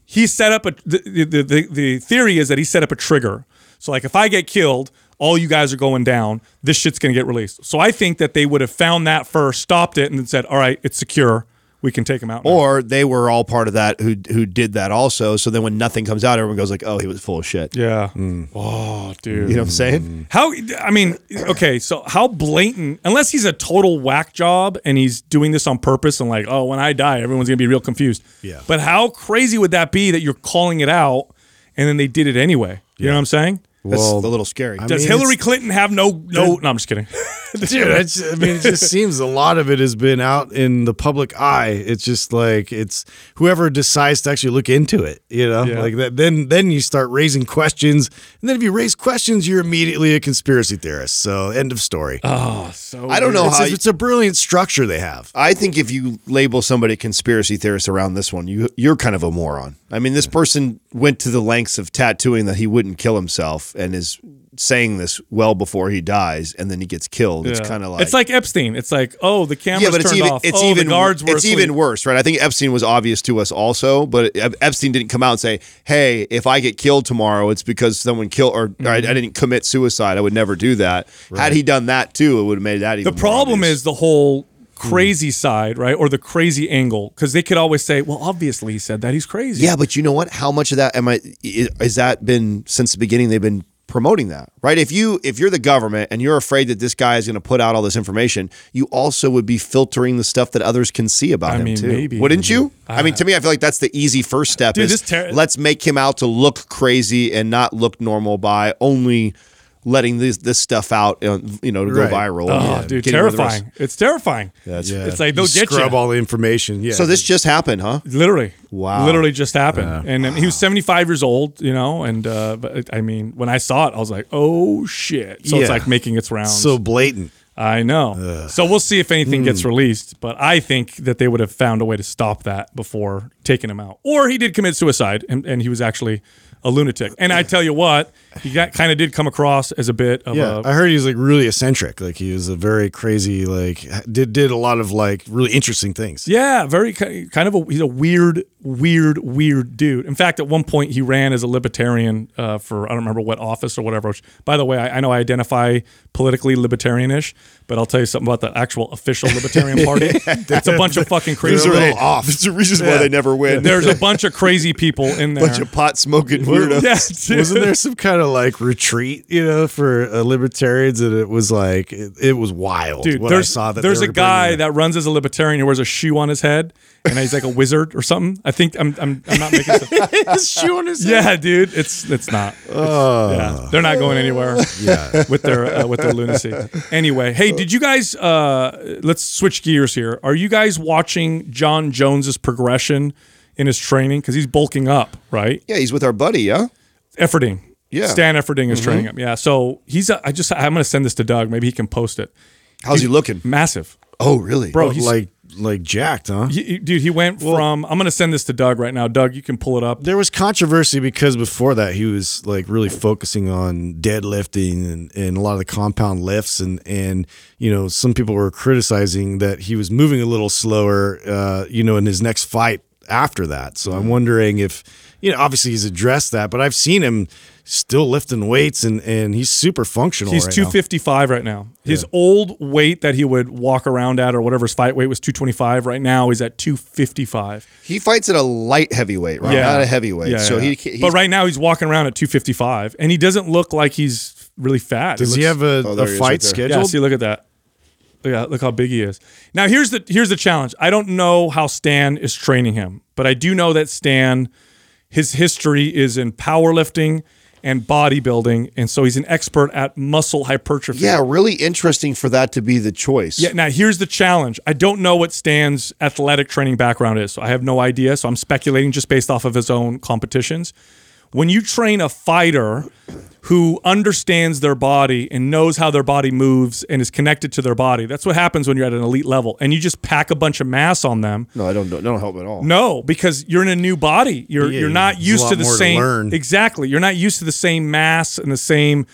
S2: he set up a the, the, the, the theory is that he set up a trigger. So like if I get killed, all you guys are going down. This shit's going to get released. So I think that they would have found that first, stopped it and then said, "All right, it's secure. We can take him out." now."
S3: Or they were all part of that who who did that also. So then when nothing comes out, everyone goes like, "Oh, he was full of shit."
S2: yeah. Oh, dude.
S3: You know what I'm
S4: Mm.
S3: saying?
S2: How I mean, okay, so how blatant? Unless he's a total whack job and he's doing this on purpose and like, oh, when I die, everyone's gonna be real confused.
S4: Yeah.
S2: But how crazy would that be that you're calling it out and then they did it anyway? You know what I'm saying?
S3: That's
S4: Well,
S3: a little scary.
S4: I
S2: Does
S4: mean,
S2: Hillary
S4: it's-
S2: Clinton have no no? No, I'm just kidding.
S4: dude it's, i mean it just seems a lot of it has been out in the public eye it's just like it's whoever decides to actually look into it you know
S2: Yeah.
S4: like that then then you start raising questions and then if you raise questions you're immediately a conspiracy theorist so end of story
S2: oh, so
S3: I don't know
S4: it's,
S3: how.
S4: it's a brilliant structure they have
S3: I think if you label somebody a conspiracy theorist around this one, you you're kind of a moron. I mean, this person went to the lengths of tattooing that he wouldn't kill himself and is saying this well before he dies, and then he gets killed. It's
S2: Yeah.
S3: kind of
S2: it's like Epstein. It's like oh, the camera's
S3: yeah, but it's
S2: turned
S3: even
S2: off.
S3: it's
S2: oh,
S3: even
S2: the guards were
S3: it's
S2: asleep.
S3: even worse, right? I think Epstein was obvious to us also, but Ep- Epstein didn't come out and say, "Hey, if I get killed tomorrow, it's because someone killed or I, I
S2: Mm-hmm.
S3: didn't commit suicide. I would never do that." Had he done that too, it would have made that even.
S2: The problem
S3: more obvious. Hmm.
S2: is the whole crazy side, right, or the crazy angle, because they could always say, well, obviously he said that he's crazy.
S3: Yeah, but you know what? How much of that am I? i- Is that been since the beginning? They've been promoting that, right? If you if you're the government and you're afraid that this guy is going to put out all this information, you also would be filtering the stuff that others can see about him
S2: mean,
S3: too,
S2: maybe.
S3: wouldn't you? I mean, to me, I feel like that's the easy first step.
S2: Dude,
S3: is
S2: this ter-
S3: let's make him out to look crazy and not look normal by only letting this this stuff out, uh, you know, to
S4: Right.
S3: go viral.
S2: Oh,
S3: and
S2: dude,
S3: getting rid of the rest.
S2: terrifying! It's terrifying.
S3: That's-
S4: Yeah.
S2: It's like they'll
S4: You
S2: get
S4: scrub
S2: you.
S4: all the information yeah
S3: So this just happened, huh?
S2: Literally,
S3: Wow.
S2: literally just happened. and then he was seventy five years old, you know. And uh, but it- I mean, when I saw it, I was like, oh shit! So it's
S4: Yeah.
S2: like making its rounds.
S4: so Hmm. blatant
S2: I know. So we'll see if anything gets released. But I think that they would have found a way to stop that before taking him out, or he did commit suicide, and, and he was actually a lunatic. And I tell you what, he got kind of did come across as a bit of
S4: Yeah,
S2: a
S4: I heard he was like really eccentric. Like he was a very crazy. Like did did a lot of like really interesting things.
S2: Yeah, very ki- kind of a he's a weird, weird, weird dude. In fact, at one point he ran as a libertarian uh, for I don't remember what office or whatever. Which, by the way, I, I know I identify politically libertarianish, but I'll tell you something about the actual official libertarian party. it's a bunch of fucking
S4: They're
S2: crazy.
S4: a little off.
S3: There's a reason why they never win.
S2: There's a bunch of crazy people in there.
S3: bunch of pot smoking weirdos.
S2: yeah, dude.
S4: Wasn't there some kind of like retreat, you know, for uh, libertarians? And it was like it, it was wild.
S2: Dude,
S4: what I
S2: there's,
S4: saw that
S2: there's
S4: they
S2: a
S4: were
S2: guy
S4: bringing in.
S2: that runs as a libertarian who wears a shoe on his head, and he's like a wizard or something. I think I'm I'm, I'm not making stuff.
S4: his shoe on his head.
S2: Yeah, dude, it's it's not. It's- yeah, they're not going anywhere. Yeah, with their uh, with their lunacy. Anyway, hey, did you guys? Uh, let's switch gears here. Are you guys watching John Jones's progression in his training because he's bulking up, right?
S3: Yeah, he's with our buddy, yeah?
S2: Efferding.
S3: Yeah.
S2: Stan Efferding
S4: Mm-hmm.
S2: is training him. Yeah, so he's. A, I just I'm gonna send this to Doug. Maybe he can post it.
S3: How's he looking?
S2: Massive,
S3: Oh, really?
S2: bro.
S4: Oh,
S2: He's
S4: like like jacked, huh?
S2: he- he- dude. He went from. I'm gonna send this to Doug right now. Doug, you can pull it up.
S4: There was controversy because before that he was like really focusing on deadlifting and, and a lot of the compound lifts and and you know some people were criticizing that he was moving a little slower uh, you know in his next fight after that. So
S3: Mm-hmm.
S4: I'm wondering if you know obviously he's addressed that, but I've seen him still lifting weights and and he's super functional.
S2: He's
S4: right now.
S2: 255 right now. His old weight that he would walk around at or whatever his fight weight was 225. Right now he's at 255.
S3: He fights at a light heavyweight, right? Oh, Not a heavyweight.
S2: Yeah,
S3: so
S2: yeah.
S3: he, he's,
S2: But right now he's walking around at 255 and he doesn't look like he's really fat.
S4: Does he,
S2: looks-
S4: have a,
S3: Oh,
S4: a
S3: there he is right
S4: fight
S3: there.
S4: scheduled?
S2: Yeah, see look at that. Look at look how big he is. Now here's the here's the challenge. I don't know how Stan is training him, but I do know that Stan his history is in powerlifting and bodybuilding, and so he's an expert at muscle hypertrophy.
S3: Yeah, really interesting for that to be the choice.
S2: Yeah, now here's the challenge. I don't know what Stan's athletic training background is. So I have no idea. So I'm speculating just based off of his own competitions. When you train a fighter who understands their body and knows how their body moves and is connected to their body, that's what happens when you're at an elite level and you just pack a bunch of mass on them.
S3: No, I don't. know- Don't help at all.
S2: No, because you're in a new body. You're
S4: Yeah,
S2: you're not
S4: there's a
S2: used
S4: lot
S2: to the
S4: more to
S2: same
S4: learn.
S2: exactly. You're not used to the same mass and the same.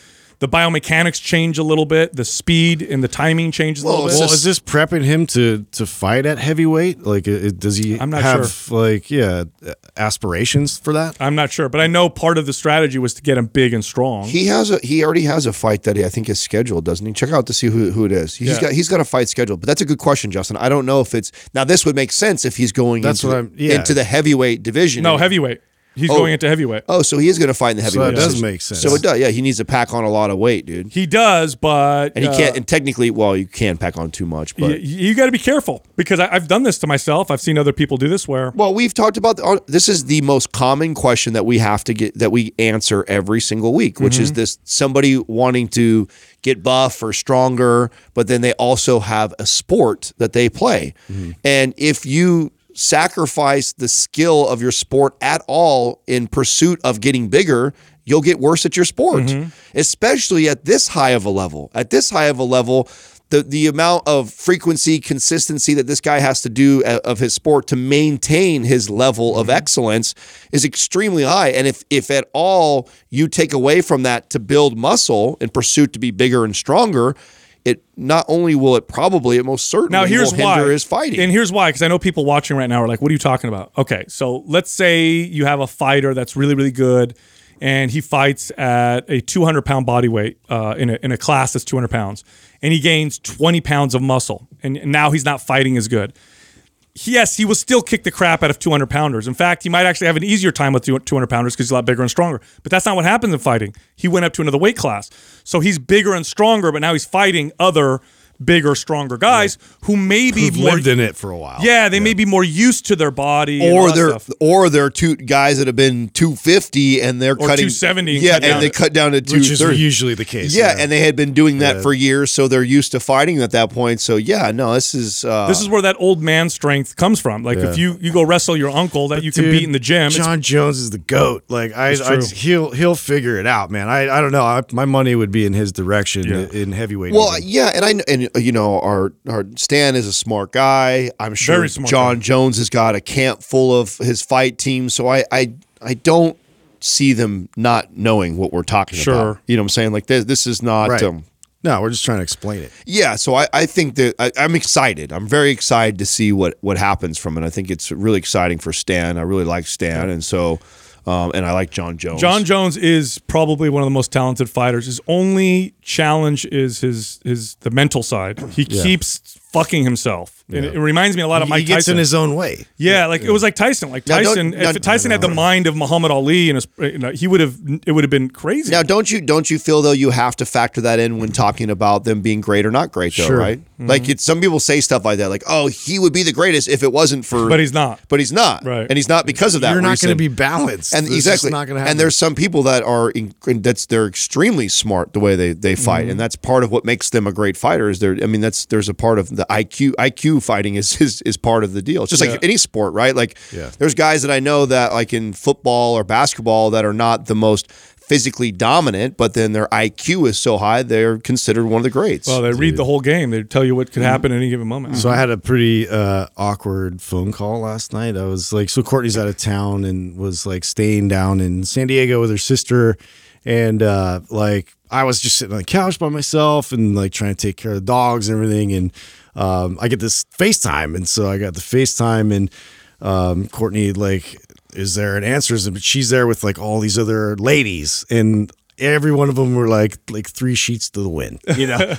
S2: The biomechanics change a little bit. The speed and the timing changes a little
S3: Well,
S2: bit.
S3: it's
S4: Well,
S3: just-
S4: is this prepping him to to fight at heavyweight? Like, i- i- does he
S2: I'm not
S4: have like yeah uh, aspirations for that?
S2: I'm not sure, but I know part of the strategy was to get him big and strong.
S3: He has a he already has a fight that he, I think is scheduled, doesn't he? Check out to see who, who it is. He's
S2: Yeah.
S3: got he's got a fight scheduled, but that's a good question, Justin. I don't know if it's now. This would make sense if he's going
S4: That's
S3: into,
S4: what I'm- yeah.
S3: into the heavyweight division.
S2: no, heavyweight. He's
S3: Oh.
S2: going into heavyweight.
S3: Oh, so he is going to fight in the
S4: So
S3: heavyweight.
S4: that does
S3: division.
S4: make sense.
S3: So it does. Yeah, he needs to pack on a lot of weight, dude.
S2: He does, but
S3: And he
S2: uh,
S3: can't. And technically, well, you can pack on too much,
S2: y-
S3: but.
S2: you got to be careful because I, I've done this to myself. I've seen other people do this where
S3: Well, we've talked about the, uh, this is the most common question that we have to get that we answer every single week, which is this somebody wanting to get buff or stronger, but then they also have a sport that they play. And if you sacrifice the skill of your sport at all in pursuit of getting bigger, you'll get worse at your sport, especially at this high of a level. At this high of a level, the the amount of frequency, consistency that this guy has to do a- of his sport to maintain his level
S2: Mm-hmm.
S3: of excellence is extremely high. And if if at all you take away from that to build muscle in pursuit to be bigger and stronger, it not only will it probably, it most certainly
S2: now here's
S3: will hinder
S2: why
S3: his fighting.
S2: and here's why because i know people watching right now are like what are you talking about okay so let's say you have a fighter that's really really good and he fights at a 200 pound body weight uh, in, a, in a class that's 200 pounds and he gains 20 pounds of muscle and, and now he's not fighting as good yes he will still kick the crap out of 200 pounders in fact he might actually have an easier time with 200 pounders because he's a lot bigger and stronger but that's not what happens in fighting he went up to another weight class so he's bigger and stronger but now he's fighting other bigger stronger guys who may be
S4: You've
S2: more
S4: lived in it for a while.
S2: yeah, they may be more used to their body and all
S3: or
S2: that
S3: they're
S2: stuff.
S3: or they're two guys that have been 250 and they're cutting
S2: 270 and
S3: yeah
S2: cut
S3: and
S2: down
S3: they
S2: to-
S3: cut down to
S4: which is
S3: 230.
S4: usually the case.
S3: yeah, and they had been doing that for years, so they're used to fighting at that point. So yeah, no, this is uh,
S2: This is where that old man strength comes from. Like if you you go wrestle your uncle that you can
S4: Dude,
S2: beat in the gym, it's-
S4: John Jones is the goat. Like I,
S2: It's
S4: I
S2: true.
S4: he'll he'll figure it out, man. I, I don't know. I, my money would be in his direction in heavyweight.
S3: well,
S4: division.
S3: yeah, and I kn- and uh, you know our our Stan is a smart guy. I'm sure
S2: Very smart
S3: John
S2: guy.
S3: Jones has got a camp full of his fight team, so I I I don't see them not knowing what we're talking about.
S2: Sure.
S3: You know what I'm saying? Like this this is not
S4: right.
S3: um,
S4: no, we're just trying to explain it.
S3: Yeah, so I, I think that I, I'm excited. I'm very excited to see what what happens from it. I think it's really exciting for Stan. I really like Stan, and so um, and I like John Jones.
S2: John Jones is probably one of the most talented fighters. His only challenge is his his the mental side. He keeps fucking himself. And it, it reminds me a lot of
S4: he
S2: Mike
S4: gets
S2: Tyson.
S4: in his own way.
S2: yeah, like it was like Tyson. Like
S3: Now, don't-
S2: Tyson,
S3: now-
S2: if Tyson had the mind of Muhammad Ali, and his, you know, he would have it would have been crazy.
S3: Now, don't you don't you feel though you have to factor that in when talking about them being great or not great though,
S4: Sure. Mm-hmm.
S3: right? Like it's, some people say stuff like that, like oh he would be the greatest if it wasn't for,
S2: But he's not.
S3: but he's not,
S2: Right.
S3: And he's not because of that.
S4: You're not
S3: reason.
S4: going to be balanced.
S3: and
S4: This is
S3: exactly
S4: not going to happen.
S3: and there's some people that are in, and that's they're extremely smart the way they they fight
S2: Mm-hmm.
S3: and that's part of what makes them a great fighter is there i mean that's there's a part of the iq iq fighting is is, is part of the deal it's just like any sport right like
S4: Yeah.
S3: there's guys that i know that like in football or basketball that are not the most physically dominant but then their iq is so high they're considered one of the greats
S2: well, they read the whole game. They tell you what could happen at any given moment.
S4: So I had a pretty uh, awkward phone call last night. I was like, so Courtney's out of town and was like staying down in San Diego with her sister, and uh, like I was just sitting on the couch by myself and like trying to take care of the dogs and everything, and um, I get this FaceTime, and so I got the FaceTime, and um, Courtney like is there and answers, and she's there with like all these other ladies, and every one of them were like like three sheets to the wind. You know,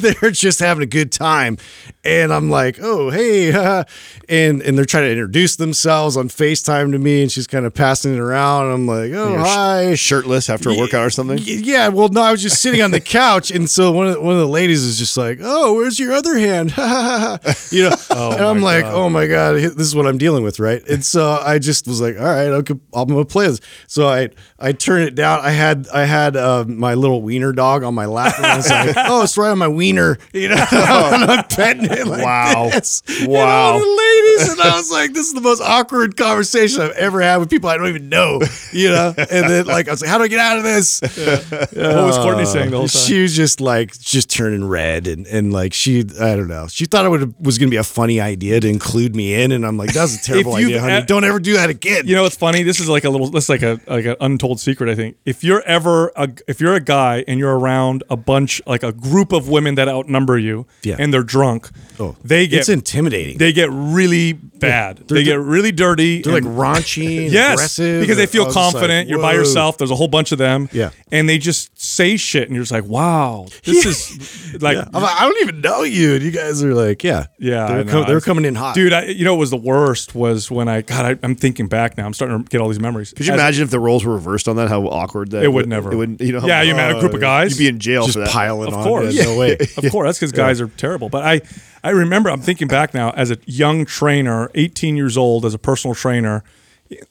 S4: they're just having a good time, and I'm like, oh hey, and and they're trying to introduce themselves on Facetime to me, and she's kind of passing it around. And I'm like, oh
S3: You're sh-
S4: hi,
S3: shirtless after a workout or something.
S4: Y- Yeah, well, no, I was just sitting on the couch, and so one of the, one of the ladies is just like, "Oh, where's your other hand?" you know, and I'm like, "Oh my god, this is what I'm dealing with, right?" And so I just was like, "All right, okay, I'm gonna play this." So I I turn it down. I had I had uh, my little wiener dog on my lap, and I was like, "Oh, it's right on my wiener," you know, and I'm petting it. Like
S3: Wow.
S4: this. And all
S3: Wow.
S4: the ladies, and I was like, "This is the most awkward conversation I've ever had with people I don't even know," you know. And then, like, I was like, "How do I get out of this?"
S2: what was Courtney saying the whole time?
S4: She was just like just turning red and and like she I don't know. She thought it would was gonna be a funny idea to include me in, and I'm like, that's a terrible
S2: you've
S4: idea, honey.
S2: ev-
S4: don't ever do that again.
S2: You know, it's funny. This is like a little. This is like a like an untold secret. I think if you're ever a, if you're a guy and you're around a bunch like a group of women that outnumber you,
S4: Yeah.
S2: and they're drunk,
S4: Oh,
S2: they get
S4: it's intimidating. They,
S2: they get really bad.
S4: They're
S2: They
S4: di-
S2: get really dirty.
S4: are like
S2: and-
S4: raunchy, and
S2: yes,
S4: aggressive,
S2: because they
S4: and I
S2: feel
S4: was just like,
S2: confident. you're by
S4: whoa.
S2: yourself. There's a whole bunch of them.
S4: Yeah.
S2: and they just say shit, and you're just like, wow, this is like.
S4: I'm like, I don't even know you, and you guys are like, yeah,
S2: Yeah, I
S4: They're,
S2: know.
S4: co- they're
S2: I've-
S4: coming in hot,
S2: Dude, I, you know what was the worst was when I God, I, I'm thinking back now. I'm starting to get all these memories.
S3: Could you
S2: As-
S3: imagine if the roles were reversed on that? How awkward that
S2: It would never.
S3: It would. You know. how-
S2: yeah, you met a group of guys.
S3: You'd be in jail
S4: Just
S3: for that.
S4: piling
S2: Of
S4: on.
S2: course.
S4: yeah, no way.
S2: Of course, that's because guys are terrible. But I, I remember I'm thinking back now as a young trainer, 18 years old, as a personal trainer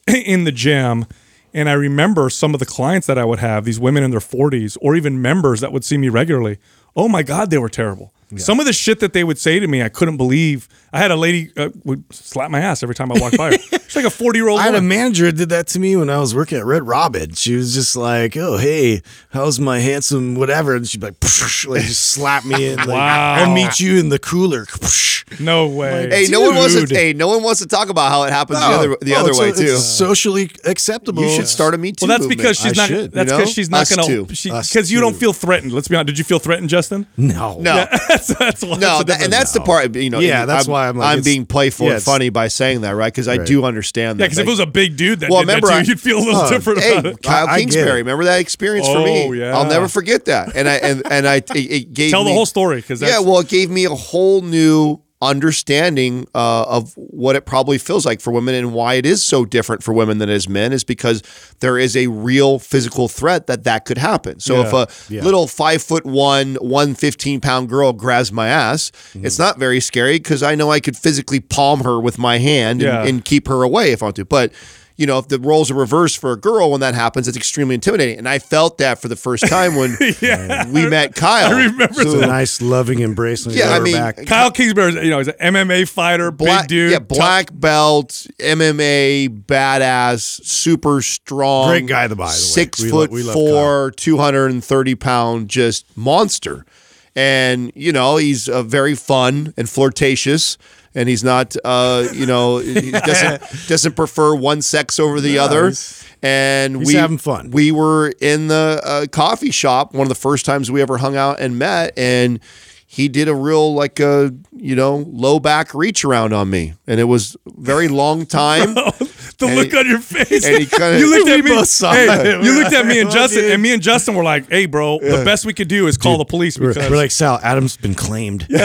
S2: in the gym. And I remember some of the clients that I would have, these women in their 40s, or even members that would see me regularly. Oh my God, they were terrible. Some of the shit that they would say to me, I couldn't believe. I had a lady uh, would slap my ass every time I walked by her. She's like a 40 year old.
S4: I had a manager that did that to me when I was working at Red Robin. She was just like, "Oh, hey, how's my handsome whatever?" And she'd be like, "Psh," like just slap me in. Like,
S2: Wow.
S4: I'll meet you in the cooler. Psh.
S2: No way.
S3: Hey, no one wants
S4: Dude.
S3: to. Hey, no one wants to talk about how it happens the
S4: Oh,
S3: other the
S4: oh,
S3: other
S4: it's-
S3: way
S4: it's
S3: too.
S4: socially acceptable.
S3: You should start a Me Too.
S2: Well, that's
S3: movement.
S2: because she's
S4: I
S2: not.
S4: should,
S2: that's
S3: you
S2: because
S3: know?
S2: she's not
S3: Us
S2: going
S3: too.
S2: to.
S4: Us
S2: Because you don't
S4: too.
S2: feel threatened. Let's be honest. Did you feel threatened, Justin?
S4: No,
S3: No,
S2: that's that's why.
S3: no,
S2: that's
S3: that, and that's the
S4: No.
S3: part. You know,
S4: Yeah,
S3: and
S4: that's
S3: I'm-
S4: why I'm like,
S3: I'm
S4: it's-
S3: being playful
S4: yeah,
S3: and
S4: it's-
S3: funny by saying that, right? Because I
S4: Right.
S3: do understand
S2: yeah.
S3: that.
S2: Because if it
S3: Like,
S2: was a big dude that
S3: Well,
S2: did that
S3: remember,
S2: to you,
S3: I-
S2: you'd feel a little
S4: Oh,
S2: different about
S3: Hey,
S2: it.
S3: Kyle
S4: I- I get
S3: Kingsbury,
S4: it.
S3: remember that experience for
S2: Oh,
S3: me?
S2: yeah.
S3: I'll never forget that. And I and, and I it, it gave
S2: Tell
S3: me,
S2: the whole story, 'cause
S3: yeah,
S2: that's-
S3: well, it gave me a whole new understanding uh, of what it probably feels like for women and why it is so different for women than it is men is because there is a real physical threat that that could happen. So if a
S4: Yeah.
S3: little five foot one, one fifteen pound girl grabs my ass,
S2: Mm-hmm.
S3: it's not very scary because I know I could physically palm her with my hand and-
S2: Yeah.
S3: and keep her away if I want to. But you know, if the roles are reversed for a girl when that happens, it's extremely intimidating. And I felt that for the first time when we met Kyle.
S2: I remember
S4: It's a nice, loving embrace. when you
S3: Yeah,
S4: got
S3: I
S4: her
S3: mean,
S4: back.
S2: Kyle Kingsbury, you know, he's an MMA fighter, big
S3: Black,
S2: dude,
S3: yeah,
S2: tough-
S3: black belt, MMA, badass, super strong,
S4: Great guy, by the way.
S3: six
S4: We lo-
S3: foot
S4: we love
S3: four, two hundred and thirty pound, just monster. And you know, he's uh, very fun and flirtatious. And he's not, uh, you know, he doesn't doesn't prefer one sex over the other.
S4: he's-
S3: And
S4: he's
S3: we
S4: having fun.
S3: we were in the uh, coffee shop one of the first times we ever hung out and met and he did a real like a you know low back reach around on me and it was a very long time
S2: The
S3: and
S2: look
S3: he-
S2: on your face.
S3: and he kinda-
S2: you looked
S4: We
S2: at me.
S4: both saw
S2: hey,
S4: it.
S2: you looked at me and
S4: I
S2: Justin,
S4: did.
S2: and me and Justin were like, "Hey, bro, the best we could do is call the police
S4: We're,
S2: because
S4: we're like Sal. Adam's been claimed.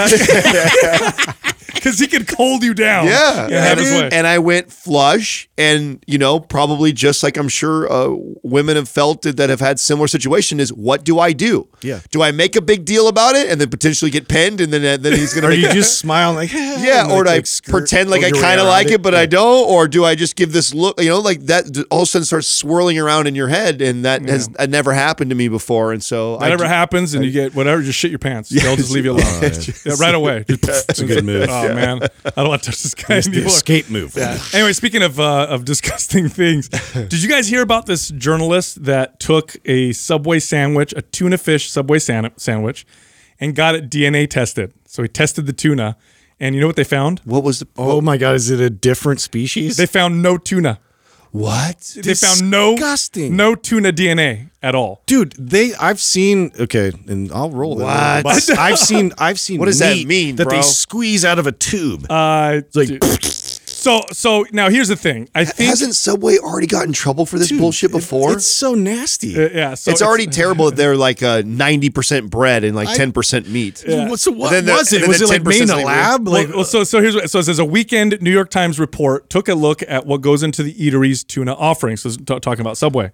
S2: cause he could hold you
S4: Oh,
S2: down."
S3: yeah
S2: and have
S3: and,
S2: his way.
S3: and i went flush and you know probably just like i'm sure uh, women have felt it that have had similar situation is what do i do
S4: Yeah.
S3: do i make a big deal about it and then potentially get penned and then then he's gonna
S4: Are
S3: make
S4: you
S3: a-
S4: just smiling like? "Ah,"
S3: Yeah,
S4: and
S3: or
S4: like-
S3: do I
S4: like skirt
S3: pretend like I
S4: your way
S3: kind of
S4: around
S3: like it, but
S4: Yeah.
S3: I don't? Or do I just give this look, you know, like that d- all of a sudden starts swirling around in your head? And that has that never happened to me before. And so
S2: That
S3: I
S2: ever
S3: d-
S2: happens, and you get whatever. Just shit your pants. They'll just leave you alone Yeah, right, away. It's
S4: a good move.
S2: Oh man, I don't want to touch this guy
S4: It's the
S2: anymore.
S4: escape move.
S2: Anyway, speaking of uh, of disgusting things, did you guys hear about this journalist that took a Subway sandwich, a tuna fish Subway san- sandwich, and got it DNA tested? So he tested the tuna, and you know what they found?
S3: What was the.
S4: Oh my God! Is it a different species?
S2: They found no tuna.
S3: what?
S2: They found no
S4: Disgusting.
S2: no tuna DNA at all.
S4: dude they i've seen okay and i'll roll that
S3: What?
S4: But i've seen i've seen
S3: What does that
S4: meat
S3: mean,
S4: that
S3: bro?
S4: they squeeze out of a tube
S2: Uh,
S4: It's like
S2: dude. So so now here's the thing. I think
S3: Hasn't Subway already got in trouble for this
S4: Dude,
S3: bullshit
S4: it-
S3: before?
S4: it's so nasty.
S2: uh, yeah. So
S3: it's already terrible that they're like uh, ninety percent bread and like
S4: I-
S3: ten percent meat.
S4: What- So what
S3: And then the-
S4: was
S3: and
S4: it?
S3: then
S4: Was
S3: the
S4: it like
S3: 10%
S4: made in a
S3: thing
S4: lab?
S2: Well,
S4: Like
S2: well, so so here's what, so it says a weekend New York Times report took a look at what goes into the eatery's tuna offerings. So it's t- talking about Subway,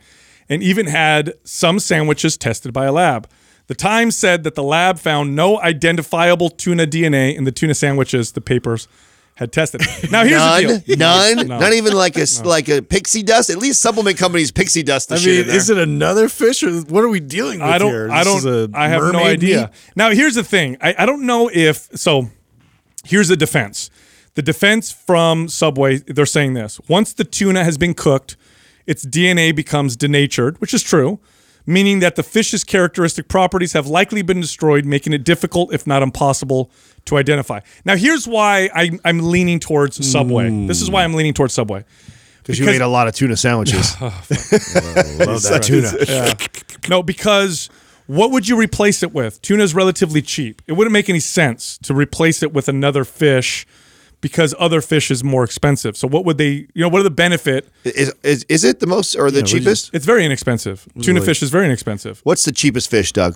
S2: and even had some sandwiches tested by a lab. The Times said that the lab found no identifiable tuna DNA in the tuna sandwiches the papers had tested. Now here's the
S3: None,
S2: deal.
S3: none,
S2: No.
S3: not even like a s- like a pixie dust. At least supplement companies pixie dust the
S4: I
S3: shit
S4: mean,
S3: in there.
S4: is it another fish or what are we dealing with
S2: I don't.
S4: here?
S2: I
S4: This is
S2: don't.
S4: a
S2: I have no
S4: mermaid
S2: idea.
S4: meat?
S2: Now, here's the thing. I, I don't know if so. Here's the defense. The defense from Subway. They're saying this: once the tuna has been cooked, its DNA becomes denatured, which is true, meaning that the fish's characteristic properties have likely been destroyed, making it difficult, if not impossible, to identify. Now, here's why I, I'm leaning towards Subway. This is why I'm leaning towards Subway.
S3: Because you ate a lot of tuna sandwiches.
S4: Love that tuna.
S2: No, because what would you replace it with? Tuna's relatively cheap. It wouldn't make any sense to replace it with another fish because other fish is more expensive. So what would they, you know, what are the benefit?
S3: is, is is it the most or the
S4: what do you-
S3: cheapest?
S2: It's very inexpensive. Tuna fish is very inexpensive.
S3: What's the cheapest fish, Doug?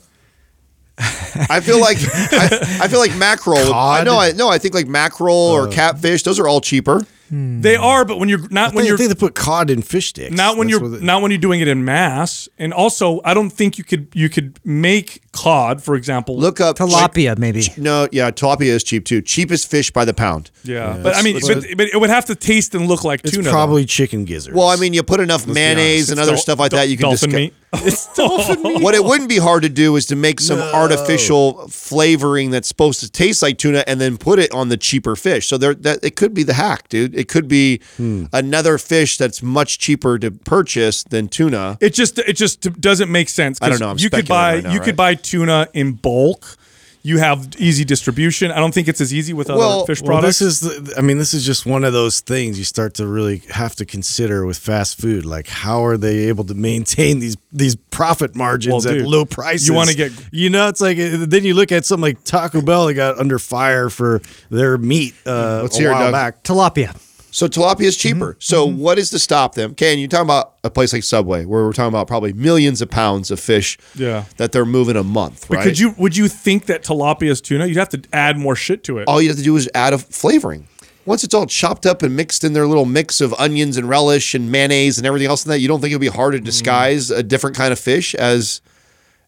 S3: I feel like I, I feel like mackerel. I
S4: Cod?
S3: know. I no. I think like mackerel or catfish. Those are all cheaper.
S2: They
S3: Hmm.
S2: are, but when you're not when
S4: When you
S2: you're
S4: think they put cod in fish sticks.
S2: not when
S4: That's
S2: you're
S4: what they-
S2: not when you're doing it in mass. And also, I don't think you could you could make cod, for example.
S3: Look up
S5: Tilapia, maybe.
S3: No, yeah, tilapia is cheap too. Cheapest fish by the pound.
S2: yeah, but I mean, but, but it would have to taste and look like
S4: It's
S2: tuna. though.
S4: probably chicken gizzards.
S3: Well, I mean, you put enough mayonnaise
S2: It's
S3: and other
S2: dol-
S3: stuff like
S2: dol-
S3: that. You can
S2: dolphin
S3: discuss.
S2: meat. It's dolphin meat.
S3: What it wouldn't be hard to do is to make some artificial flavoring that's supposed to taste like tuna, and then put it on the cheaper fish. So there, that it could be the hack, dude. It could be
S2: Hmm.
S3: another fish that's much cheaper to purchase than tuna.
S2: It just it just t- doesn't make sense. 'cause
S3: I don't know. I'm
S2: you could
S3: speculating
S2: buy
S3: right now,
S2: you
S3: right?
S2: could buy tuna in bulk. You have easy distribution. I don't think it's as easy with other
S3: Well-
S2: fish
S4: Well,
S2: products.
S4: this is the, I mean, this is just one of those things you start to really have to consider with fast food. Like, how are they able to maintain these these profit margins
S2: Well,
S4: at
S2: dude,
S4: low prices?
S2: you wanna get-
S4: you know, it's like uh, then you look at something like Taco Bell that got under fire for their meat uh,
S3: Let's
S4: a
S3: hear it,
S4: while
S3: Doug.
S4: back.
S5: Tilapia.
S3: So tilapia is cheaper.
S2: Mm-hmm.
S3: So what is to stop them? Okay, and you're talking about a place like Subway, where we're talking about probably millions of pounds of fish.
S2: Yeah.
S3: that they're moving a month.
S2: but
S3: right?
S2: could you would you think that tilapia is tuna? You'd have to add more shit to it.
S3: all you have to do is add a flavoring. Once it's all chopped up and mixed in their little mix of onions and relish and mayonnaise and everything else in that, you don't think it'd be hard
S2: Mm.
S3: to disguise a different kind of fish as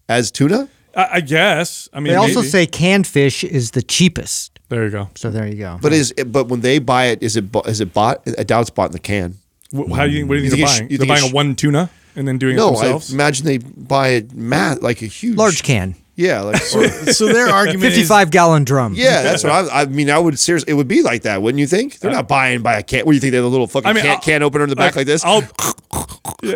S3: as tuna?
S2: I, I guess. I mean,
S5: They also
S2: maybe.
S5: say canned fish is the cheapest.
S2: there you go.
S5: So there you go.
S3: But is but when they buy it, is it bu- is it bought? I doubt it's bought in the can.
S2: Wh- How do you what do you think
S3: You think
S2: they're
S3: it sh-
S2: buying? They're
S3: you think it
S2: buying a
S3: sh-
S2: one tuna and then doing it
S3: No, I
S2: themselves.
S3: imagine they buy it mat like a huge
S5: Large can.
S3: Yeah, like
S4: So their argument is
S5: 55 gallon drum.
S3: yeah. That's what I, I mean. I would seriously, it would be like that, wouldn't you think? They're not buying by a can. What do you think? They have a little fucking
S2: I mean,
S3: can,
S2: I'll-
S3: can opener in the back like this.
S2: I'll,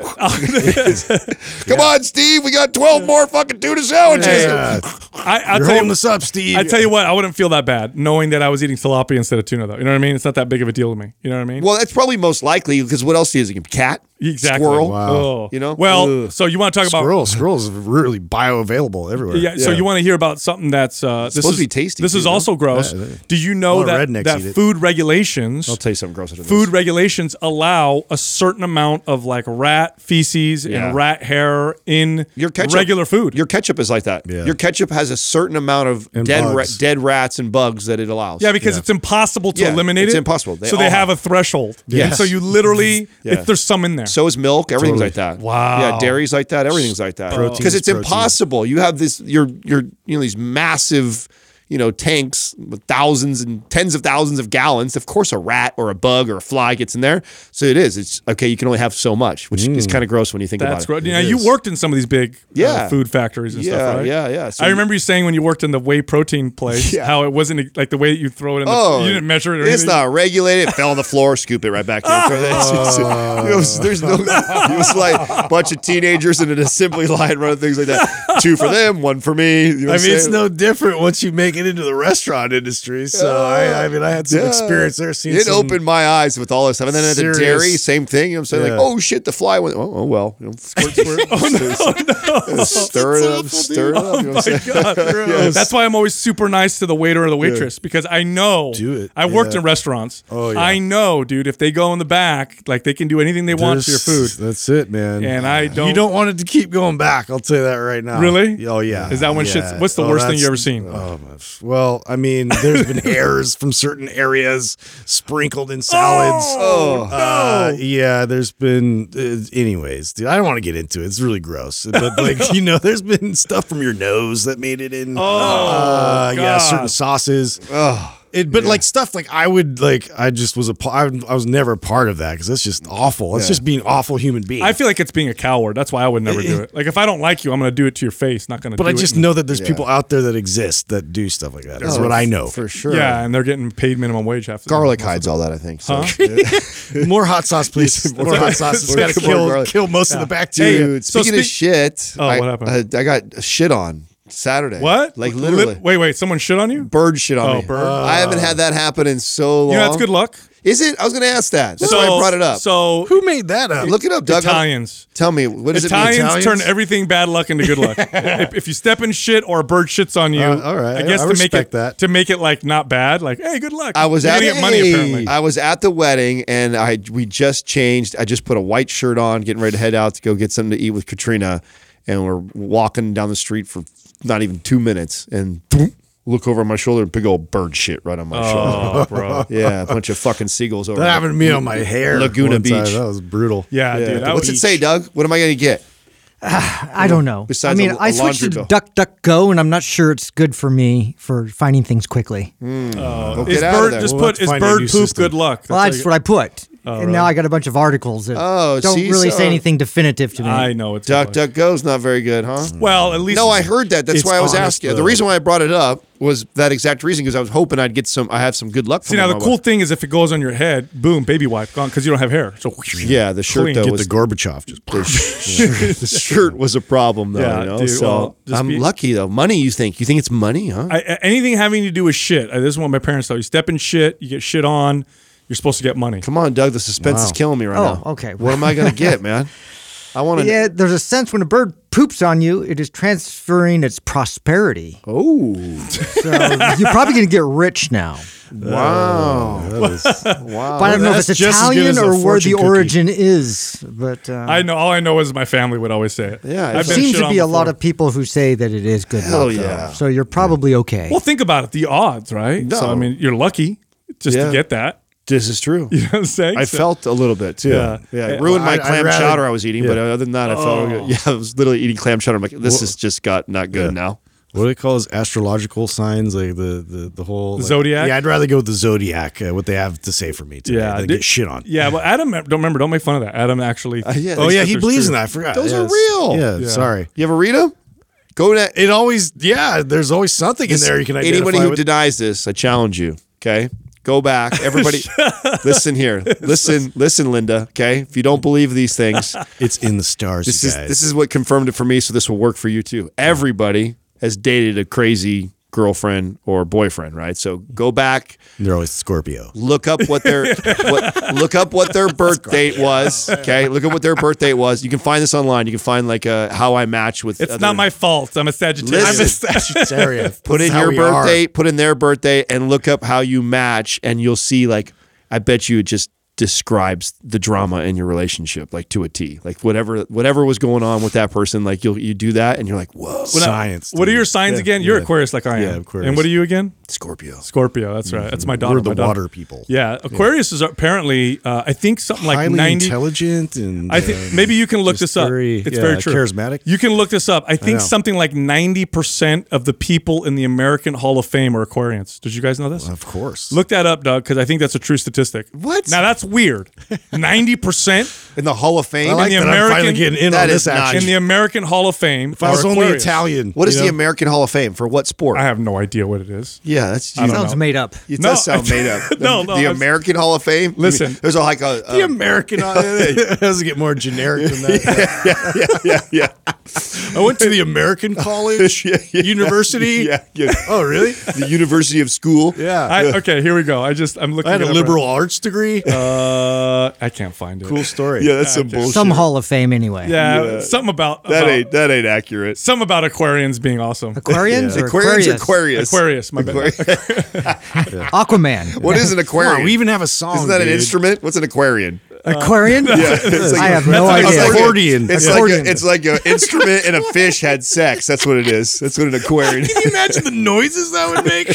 S3: Come on, Steve, we got twelve more fucking tuna sandwiches.
S4: Yeah.
S2: uh, I, I'll
S4: You're
S2: tell
S4: holding
S2: you,
S4: us up, Steve.
S2: I tell you what, I wouldn't feel that bad knowing that I was eating tilapia instead of tuna, though. You know what I mean? It's not that big of a deal to me. You know what I mean?
S3: Well, that's probably most likely because what else is it? Cat,
S2: Exactly.
S3: squirrel.
S4: Wow.
S2: Oh.
S3: You know?
S2: Well, so you want to talk about
S4: squirrel. Squirrel's really bioavailable everywhere.
S2: Yeah, So you want to hear about something that's uh, this
S3: supposed
S2: is
S3: to be tasty,
S2: This
S3: too,
S2: is
S3: no?
S2: also gross.
S4: Yeah,
S2: Do you know
S4: lot
S2: that
S4: of rednecks
S2: that
S4: eat it.
S2: food regulations?
S3: I'll tell you something gross. Food.
S2: Food regulations allow a certain amount of like rat feces
S3: Yeah.
S2: and rat hair in
S3: Your ketchup,
S2: regular food.
S3: Your ketchup is like that.
S4: Yeah.
S3: Your ketchup has a certain amount of
S4: And
S3: dead ra-
S4: bugs.
S3: dead rats and bugs that it allows.
S2: yeah, because it's impossible to
S3: Yeah,
S2: eliminate
S3: it's
S2: it.
S3: impossible. They
S2: so they
S3: all
S2: have
S3: have
S2: a threshold.
S3: Yes.
S2: And so you literally,
S3: Yeah.
S2: if there's some in there.
S3: so is milk. Everything's like that.
S2: Wow.
S3: Yeah, dairy's like that. Everything's like that.
S4: Protein
S3: Because
S4: is
S3: it's
S4: protein.
S3: impossible. You have this. Your your you know these massive. You know, tanks with thousands and tens of thousands of gallons. Of course, a rat or a bug or a fly gets in there. So it is. It's okay. You can only have so much, which
S4: Mm.
S3: is kind of gross when you think
S2: that's
S3: about
S2: gross.
S3: it.
S2: You know, you worked in some of these big uh,
S3: Yeah.
S2: food factories and
S3: Yeah,
S2: stuff, right?
S3: yeah, yeah. So
S2: I
S3: you-
S2: remember you saying when you worked in the whey protein place
S3: Yeah.
S2: how it wasn't like the way that you throw it in the you didn't measure it or
S3: Oh, it's
S2: anything.
S3: not regulated. It fell on the floor. Scoop it right back in. It's- it's- it was, there's no. It was like a bunch of teenagers in an assembly line running things like that. Two for them, one for me. You know what
S4: I
S3: I'm
S4: mean, it's
S3: saying?
S4: no different once you make get into the restaurant industry. So I, I mean, I had some
S3: Yeah.
S4: experience there. Seen
S3: It
S4: some-
S3: opened my eyes with all this stuff. And then at
S4: serious-
S3: the dairy, same thing. You know what I'm saying?
S4: Yeah.
S3: Like, oh shit, the fly went. Oh, oh well. You know, squirt, squirt. Stir it up, stir it up. you know what I'm saying?
S2: Oh God. That's why I'm always super nice to the waiter or the waitress because I know.
S4: Do it.
S2: I worked
S4: Yeah.
S2: in restaurants.
S4: Oh, yeah.
S2: I know, dude. If they go in the back, like they can do anything they want to your food.
S4: There's- That's it, man.
S2: And I don't-
S4: You don't want it to keep going back. I'll tell you that right now.
S2: Really?
S4: Oh yeah.
S2: Is that when
S4: yeah.
S2: shit's- what's the worst thing you
S4: that's-
S2: ever seen?
S4: Oh, my f- well, I mean, there's been hairs from certain areas sprinkled in salads.
S2: Oh,
S4: Uh, yeah, there's been. Uh, anyways, dude, I don't want to get into it. It's really gross. But like, you know, there's been stuff from your nose that made it in. Oh, uh, yeah,
S2: God.
S4: certain sauces. It, but like stuff like I would like I just was a pa- I, I was never a part of that because that's just awful. That's just being awful human being.
S2: I feel like it's being a coward. That's why I would never do it. Like if I don't like you, I'm gonna do it to your face. Not gonna.
S4: but
S2: do
S4: I
S2: it
S4: just
S2: in-
S4: know that there's people out there that exist that do stuff like that. That's what I know.
S3: Oh, For sure.
S2: Yeah, and they're getting paid minimum wage half. the time.
S3: Garlic hides all that, I think. So.
S4: More hot sauce, please. More hot sauce. It's got to
S3: More
S4: kill
S3: garlic.
S4: kill most of the bacteria.
S3: Dude,
S2: so
S3: speaking of
S2: speak-
S3: shit,
S2: Oh,
S3: I,
S2: what happened?
S3: I, I got shit on Saturday.
S2: What?
S3: Like
S2: Li-
S3: literally.
S2: wait, wait. Someone shit on you?
S3: Bird shit on
S2: Oh,
S3: me.
S2: bird.
S3: I haven't had that happen in so long.
S2: You know that's good luck.
S3: Is it? I was going to ask that. That's why I brought it up.
S2: So
S4: Who made that up?
S3: Look it up, Doug.
S2: Italians.
S3: Tell me, what does
S2: Italians,
S3: it mean?
S4: Italians?
S2: turn everything bad luck into good luck. if, if you step in shit or a bird shits on you,
S4: Uh, all right.
S2: I guess
S4: I
S2: to make it
S4: respect that.
S2: to make it like not bad, like hey, good luck.
S3: I was
S2: You're
S3: at
S2: gonna get money apparently.
S3: I was at the wedding and I we just changed. I just put a white shirt on, getting ready to head out to go get something to eat with Katrina, and we're walking down the street for not even two minutes, and boom, look over my shoulder, big old bird shit right on my shoulder.
S2: oh, bro.
S3: Yeah, a bunch of fucking seagulls over.
S4: that
S3: there.
S4: happened to me on my hair.
S3: Laguna
S4: one time.
S3: Beach.
S4: That was brutal.
S2: Yeah,
S3: Yeah.
S2: dude. I
S3: What's
S2: would-
S3: it say, Doug? What am I gonna get?
S5: I don't know. I
S3: Besides
S5: mean,
S3: a-
S5: I
S3: a
S5: switched
S3: laundry
S5: to
S3: bill.
S5: Duck Duck Go, and I'm not sure it's good for me for finding things quickly.
S3: Go
S2: Is
S3: get out of
S2: bird
S3: there.
S2: Uh, just
S4: We'll have
S2: put
S4: to
S2: is
S4: find a
S2: bird
S4: new
S2: poop
S4: system.
S2: good luck? That's
S5: well,
S2: how
S5: that's
S2: you-
S5: what I put, and now I got a bunch of articles that
S3: Oh,
S5: don't
S3: see,
S5: really
S3: so-
S5: say anything definitive to me.
S2: I know it's
S3: Duck
S2: good luck.
S3: Duck Go's not very good, huh?
S2: Well, at least
S3: No, I heard that. That's
S4: It's
S3: why I was
S4: honest,
S3: asking. The
S4: though.
S3: reason why I brought it up was that exact reason because I was hoping I'd get some. I have some good luck.
S2: See now the cool thing is if it goes on your head, boom, baby wipe gone because you don't have hair. So
S3: Yeah, the shirt
S2: Clean.
S3: though
S2: Get
S3: was
S4: The Gorbachev just
S3: the shirt was a problem though.
S2: Yeah,
S3: you know?
S2: dude,
S3: so
S2: well, just
S3: I'm
S2: be-
S3: lucky though. Money, you think? You think it's money, huh?
S2: I, a- anything having to do with shit. uh, This is what my parents tell you: step in shit, you get shit on. You're supposed to get money.
S3: Come on, Doug. The suspense is killing me right
S5: Oh,
S3: now.
S5: okay.
S3: What am I gonna get, man? I want to.
S5: Yeah, there's a sense when a bird poops on you, it is transferring its prosperity.
S3: Oh,
S5: So you're probably going to get rich now.
S2: Uh,
S3: wow, Oh,
S5: But I don't know if it's
S4: that's just as good
S5: Italian
S4: as a
S5: or where
S4: fortune
S5: the
S4: cookie.
S5: origin is. But uh,
S2: I know. All I know is my family would always say it.
S3: Yeah,
S2: I've
S3: it
S5: there
S2: been
S5: seems
S2: shit
S5: to
S2: on
S5: be a lot
S2: before.
S5: of people who say that it is good
S3: Hell
S5: luck. though.
S3: yeah.
S5: So you're probably okay.
S2: Well, think about it. The odds, right?
S3: No.
S2: So I mean, you're lucky just
S3: Yeah.
S2: to get that.
S3: this is true.
S2: You know what I'm saying?
S3: I
S2: So-
S3: felt a little bit too.
S2: Yeah.
S3: Yeah,
S2: Uh,
S3: it ruined my
S4: I'd- I'd
S3: clam
S4: rather- Oh.
S3: chowder I was eating, but other than that, I felt. Yeah, I was literally eating clam chowder. I'm like, this has just got not good now.
S4: what do they call those astrological signs like the the, the whole like-
S2: zodiac?
S4: yeah i'd rather go with the zodiac uh, what they have to say for me today
S2: Yeah,
S4: yeah than
S2: dude.
S4: get shit on
S2: Yeah, but Adam, don't remember. Don't make fun of that. Adam actually.
S3: yeah.
S4: oh
S2: thinks
S4: yeah
S2: that
S4: he
S2: there's
S4: believes in
S2: truth.
S4: that i forgot
S3: Those are
S4: Yes.
S3: real.
S4: yeah,
S2: Yeah.
S4: sorry
S3: You ever read them? Go to
S4: it always yeah there's always something in there you can identify
S3: anybody who
S4: with.
S3: denies this, I challenge you. Okay, go back. Everybody, listen here. Listen, listen, Linda. Okay, if you don't believe these things,
S4: it's in the stars
S3: this
S4: you
S3: is
S4: guys.
S3: this is what confirmed it for me. So this will work for you too. Everybody has dated a crazy girlfriend or boyfriend, right? So go back,
S4: they're always scorpio
S3: look up what their what, look up what their birth date was. Okay, look up what their birth date was. You can find this online. You can find like a how I match with.
S2: It's
S3: other-
S2: not my fault. I'm a Sagittarius.
S3: Listen.
S2: I'm a-
S4: Sagittarius.
S3: put in your birthday, put in their birthday, and look up how you match, and you'll see. Like, I bet you it just describes the drama in your relationship, like to a T. Like whatever whatever was going on with that person, like you'll you do that, and you're like, whoa,
S2: Well, now,
S4: science
S2: What are
S4: dude.
S2: your signs
S4: Yeah,
S2: again? You're
S4: yeah.
S2: Aquarius, like I am.
S4: Yeah, Aquarius.
S2: And what are you again?
S3: Scorpio.
S2: Scorpio. That's right. That's my daughter.
S4: we're the
S2: my daughter.
S4: water people
S2: Yeah, Aquarius is apparently uh, I think something like
S4: highly
S2: ninety.
S4: intelligent and
S2: I think
S4: um,
S2: maybe you can look
S4: just
S2: this up.
S4: very-
S2: it's
S4: yeah,
S2: very true.
S4: charismatic.
S2: You can look this up. I think
S4: know.
S2: something like ninety percent of the people in the American Hall of Fame are Aquarians. Did you guys know this?
S4: of course
S2: Look that up, Doug, because I think that's a true statistic.
S3: What?
S2: Now that's weird. Ninety percent
S3: In the Hall of Fame.
S4: I like
S2: the
S4: that I'm finally
S2: American-
S4: getting in
S3: That
S4: on
S3: is
S4: this
S3: not-
S4: action
S2: in the American Hall of Fame.
S4: if I was
S2: are
S4: only
S2: Aquarius.
S4: Italian
S3: what is
S4: you
S3: the
S4: know?
S3: American Hall of Fame for what sport?
S2: I have no idea what it is.
S3: yeah, that's you,
S5: Sounds made up.
S3: it
S2: No,
S3: does sound
S2: I-
S3: made up.
S2: No, no,
S3: the
S2: I'm-
S3: American Hall of Fame.
S2: Listen.
S3: there's a, like a,
S4: the
S3: a
S4: American. it doesn't get more generic than that.
S3: yeah, yeah.
S4: I went to the American College
S3: Yeah, yeah,
S4: University.
S3: yeah, yeah.
S4: Oh, really?
S3: the University of School.
S4: Yeah. I,
S2: I, okay, here we go. I just I'm looking.
S4: had
S2: it
S4: a
S2: up right-
S4: liberal arts degree.
S2: Uh, I can't find it.
S4: cool story.
S3: Yeah, that's some bullshit.
S5: Some Hall of Fame, anyway.
S2: Yeah, something about
S3: that
S2: about-
S3: ain't that ain't accurate.
S2: something about Aquarians being awesome.
S5: Aquarians or
S3: Aquarius,
S5: Aquarius?
S3: Aquarius.
S2: Aquarius, my bad.
S5: Aquaman.
S3: What is an
S4: Come
S3: aquarium?
S4: on, we even have a song.
S3: Isn't that an
S4: dude.
S3: instrument? What's an aquarian?
S5: Aquarian?
S3: like-
S5: I have no
S2: That's like-
S5: idea.
S2: that's
S4: like- Accordion.
S3: It's
S5: Accordion.
S3: like a, it's like an instrument and a fish had sex. That's what it is. That's what an aquarium.
S4: Can you imagine the noises that would make?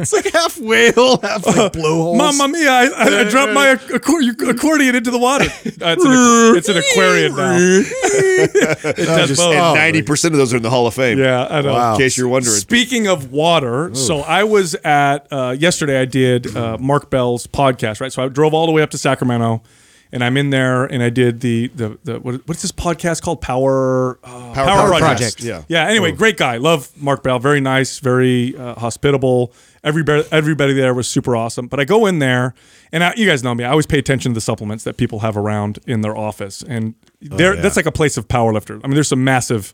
S4: it's like half whale, half like blowholes.
S2: Mamma mia! I, I, I dropped my ac- accor- accordion into the water. Uh, it's, an, ac- it's an aquarium now. it does
S4: just-
S2: both.
S4: Oh.
S3: Ninety percent of those are in the Hall of Fame.
S2: Yeah, I know.
S4: Wow.
S3: In case you're wondering.
S2: Speaking of water, so I was at uh, yesterday. I did uh, Mark Bell's podcast, right? So I drove all the way up to Sacramento, and I'm in there, and I did the the, the what, what's this podcast called? Power uh,
S3: Power Project.
S2: Yeah,
S3: Yeah.
S2: yeah. Anyway, great guy. Love Mark Bell. Very nice. Very uh, hospitable. Everybody, everybody there was super awesome. But I go in there, and I, you guys know me. I always pay attention to the supplements that people have around in their office, and there
S3: Oh,
S4: yeah.
S2: that's like a place of power lifters. I mean, there's some massive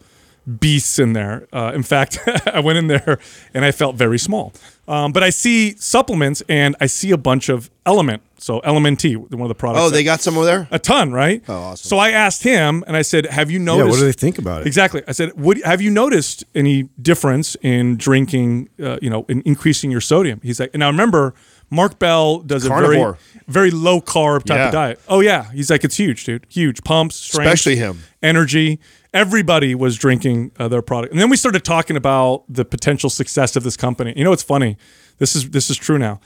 S2: beasts in there. Uh, in fact, I went in there and I felt very small. Um, but I see supplements, and I see a bunch of Element. So Element T, one of the products.
S3: Oh,
S2: that-
S3: they got some over there.
S2: a ton, right? Oh, awesome. So I asked him, and I said, "Have you
S4: Yeah,
S2: noticed?"
S4: what do they think about it?
S2: Exactly. I said, "Would have you noticed any difference in drinking? Uh, you know, in increasing your sodium?" He's like, "And now remember, Mark Bell does
S3: Carnivore.
S2: a very, very low carb type
S3: Yeah.
S2: of diet. Oh yeah, he's like, it's huge, dude. Huge pumps, strength,
S3: Especially him.
S2: energy. Everybody was drinking uh, their product, and then we started talking about the potential success of this company. You know, it's funny. This is this is true now.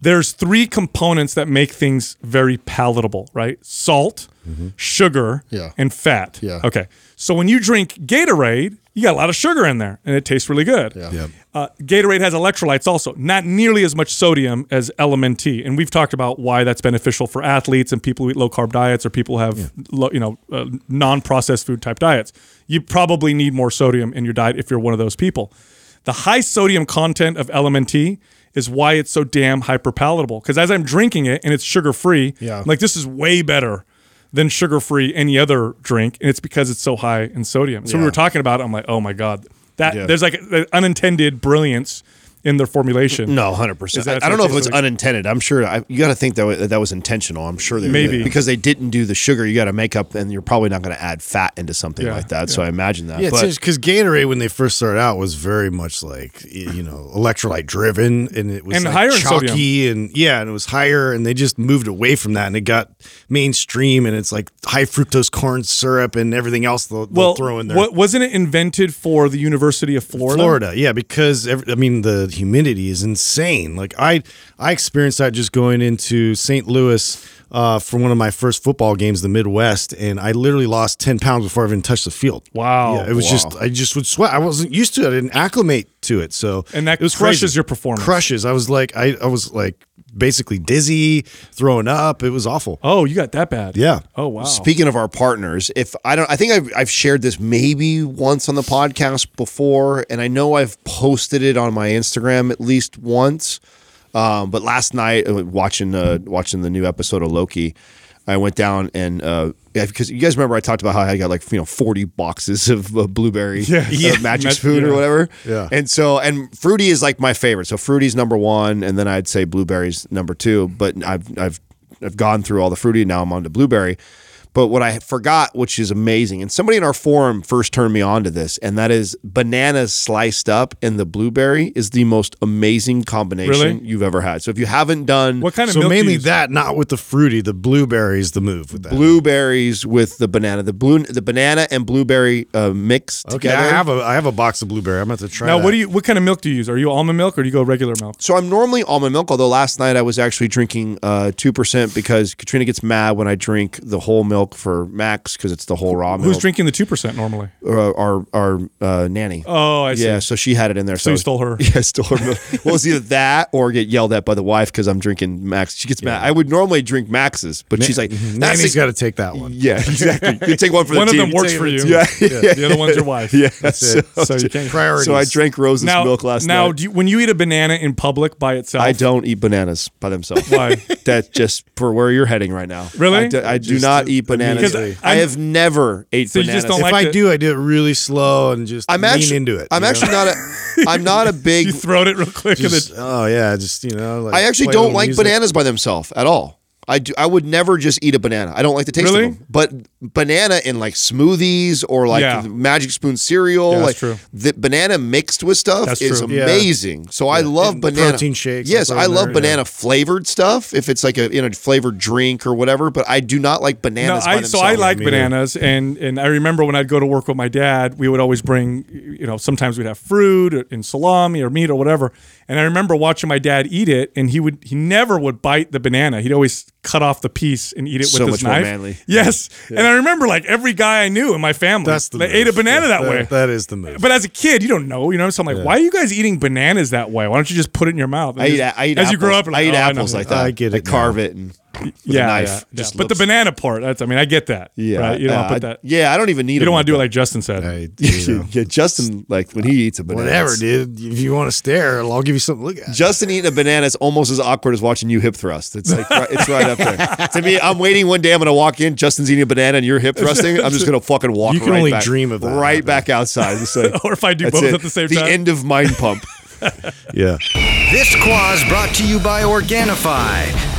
S2: There's three components that make things very palatable, right? Salt, sugar,
S3: Mm-hmm. Yeah.
S2: and fat.
S3: Yeah.
S2: Okay. So when you drink Gatorade, you got a lot of sugar in there, and it tastes really good. Yeah.
S4: Yep.
S2: Uh, Gatorade has electrolytes also, not nearly as much sodium as Element T, and we've talked about why that's beneficial for athletes and people who eat low carb diets or people who have low, you know uh, non processed food type diets. You probably need more sodium in your diet if you're one of those people. The high sodium content of Element T is why it's so damn hyper palatable. Because as I'm drinking it and it's sugar free,
S3: Yeah.
S2: like this is way better than sugar free any other drink, and it's because it's so high in sodium. So we were talking about it. I'm like, oh my god, that
S3: Yeah.
S2: there's like an unintended brilliance in their formulation.
S3: No, hundred percent.
S2: that
S3: I, I don't know if
S2: what it
S3: it was
S2: tastes like?
S3: unintended. I'm sure. I, you got to think that wa- that was intentional. I'm sure they
S2: Maybe.
S3: because they didn't do the sugar. You got to make up, and you're probably not going to add fat into something
S2: Yeah,
S3: like that. So I imagine that.
S4: Yeah,
S3: but
S4: because Gatorade when they first started out was very much like y- you know electrolyte driven, and it was
S2: And
S4: like
S2: higher in sodium.
S4: chalky, and yeah, and it was higher, and they just moved away from that, and it got mainstream, and it's like high fructose corn syrup and everything else they'll, they'll
S2: Well,
S4: throw in there.
S2: what wasn't it invented for the University of Florida?
S4: Florida, yeah, because every, I mean the humidity is insane. Like I, I experienced that just going into St. Louis uh, for one of my first football games, the Midwest, and I literally lost ten pounds before I even touched the field.
S2: Wow.
S4: Yeah, it was just I just would sweat. I wasn't used to it. I didn't acclimate to it, so
S2: And that
S4: it was
S2: crushes
S4: crazy.
S2: your performance.
S4: Crushes. I was like, I, I was like basically dizzy, throwing up. It was awful.
S2: Oh, you got that bad?
S4: Yeah.
S2: Oh wow.
S3: Speaking of our partners, if I don't, I think I've, I've shared this maybe once on the podcast before, and I know I've posted it on my Instagram at least once. Um, but last night, uh, watching uh, watching the new episode of Loki, I went down and uh, yeah, because you guys remember I talked about how I got like you know forty boxes of uh, blueberry uh, magic
S2: Mag-
S3: spoon
S2: yeah.
S3: or whatever.
S4: Yeah.
S3: And so and fruity is like my favorite. So fruity's number one, and then I'd say blueberries number two. But I've I've I've gone through all the fruity. Now I'm on to blueberry. But what I forgot, which is amazing, and somebody in our forum first turned me on to this, and that is bananas sliced up and the blueberry is the most amazing combination
S2: Really?
S3: you've ever had. So if you haven't done
S2: what kind of
S4: So
S2: milk do you
S4: mainly
S2: use?
S4: that, not with the fruity. The blueberries, the move with that.
S3: blueberries with the banana, the blue, the banana and blueberry uh, mix
S4: Okay,
S3: together.
S4: I have a I have a box of blueberry. I'm going to try.
S2: Now,
S4: that.
S2: what do you? What kind of milk do you use? Are you almond milk or do you go regular milk?
S3: So I'm normally almond milk, although last night I was actually drinking uh, two percent because Katrina gets mad when I drink the whole milk for Max because it's the whole raw milk.
S2: Who's drinking the two percent normally?
S3: Uh, our our uh, nanny.
S2: Oh, I see.
S3: yeah, so she had it in there. So,
S2: you stole her.
S3: Yeah, I stole her milk. well, it's either that or get yelled at by the wife because I'm drinking Max. She gets mad. I would normally drink Max's, but she's like, that's
S4: Nanny's
S3: a-
S4: got to take that one.
S3: yeah, exactly. You take one for
S2: One of
S3: the team.
S2: them works for you.
S3: Yeah,
S2: The other one's your wife.
S3: yeah.
S4: it.
S3: So,
S2: So you can't.
S4: Priorities.
S3: so I drank Rose's milk last
S2: now,
S3: night.
S2: do you, when you eat a banana in public by itself,
S3: I don't eat bananas by themselves.
S2: Why?
S3: That just for where you're heading right now.
S2: Really?
S3: I do, I do
S4: Just
S3: not
S4: to-
S3: eat bananas.
S2: Because
S3: I
S2: I'm-
S3: have never ate
S2: So you
S3: bananas.
S2: just don't
S4: If
S2: like
S4: I
S2: the-
S4: do, I do it really slow and just
S3: I'm
S4: lean
S3: actually
S4: into it.
S3: I'm
S4: you know?
S3: actually not a. I'm not a big.
S2: You throwed it real quick.
S4: Just-
S2: and
S4: oh yeah, just you know. Like
S3: I actually
S4: play a
S3: don't
S4: little
S3: like
S4: music.
S3: bananas by themselves at all. I do. I would never just eat a banana. I don't like the taste
S2: Really?
S3: of them. But banana in like smoothies or like
S2: Yeah.
S3: the Magic Spoon cereal,
S2: Yeah, that's
S3: like
S2: true.
S3: the banana mixed with stuff
S2: That's
S3: is
S2: true.
S4: Yeah.
S3: amazing. So I love
S4: And
S3: banana
S4: protein shakes,
S3: Yes,
S4: I'll throw
S3: I
S4: in
S3: love
S4: there, yeah.
S3: banana flavored stuff. If it's like a in a flavored drink or whatever, but I do not like
S2: No,
S3: bananas. by
S2: I, so I
S3: themselves.
S2: like
S4: Me neither.
S2: bananas, and and I remember when I'd go to work with my dad, we would always bring, you know, sometimes we'd have fruit or- and salami or meat or whatever. And I remember watching my dad eat it, and he would he never would bite the banana. He'd always cut off the piece and eat it
S3: So
S2: with
S3: much
S2: his
S3: more
S2: knife.
S3: manly.
S2: Yes, and I remember like every guy I knew in my family
S4: That's the
S2: that
S4: move.
S2: ate a banana that, way.
S4: That is the move.
S2: but as a kid, you don't know, you know. what I'm saying? I'm like, why are you guys eating bananas that way? Why don't you just put it in your mouth? And
S3: I eat,
S2: just-
S3: I eat
S2: as you
S3: apples.
S2: grow up, you're
S3: I eat
S2: "Oh, know."
S3: apples like that.
S4: I get
S3: I
S4: it now.
S3: carve it and with a knife. Just
S2: but the
S3: looks-
S2: banana part, that's I mean, I get that.
S3: Yeah,
S2: Right. You don't
S3: yeah,
S2: want to put
S3: I-
S2: that
S3: Yeah, I don't even need.
S2: you don't want to do it like Justin said.
S4: I, you know,
S3: yeah, Justin, like when he eats a banana,
S4: whatever,
S3: it's-
S4: dude. If you want to stare, I'll give you something to look at.
S3: Justin eating a banana is almost as awkward as watching you hip thrust. It's like right- it's right up there. to me, I'm waiting one day. I'm gonna walk in. Justin's eating a banana, and you're hip thrusting. I'm just gonna fucking walk.
S4: You can
S3: right
S4: only
S3: back-
S4: dream of that
S3: Right
S4: happening.
S3: back outside. It's like,
S2: Or if I do
S3: that's
S2: both
S3: it.
S2: at the same
S3: the
S2: time.
S3: end of mind pump.
S4: Yeah.
S7: This quaz brought to you by Organifi.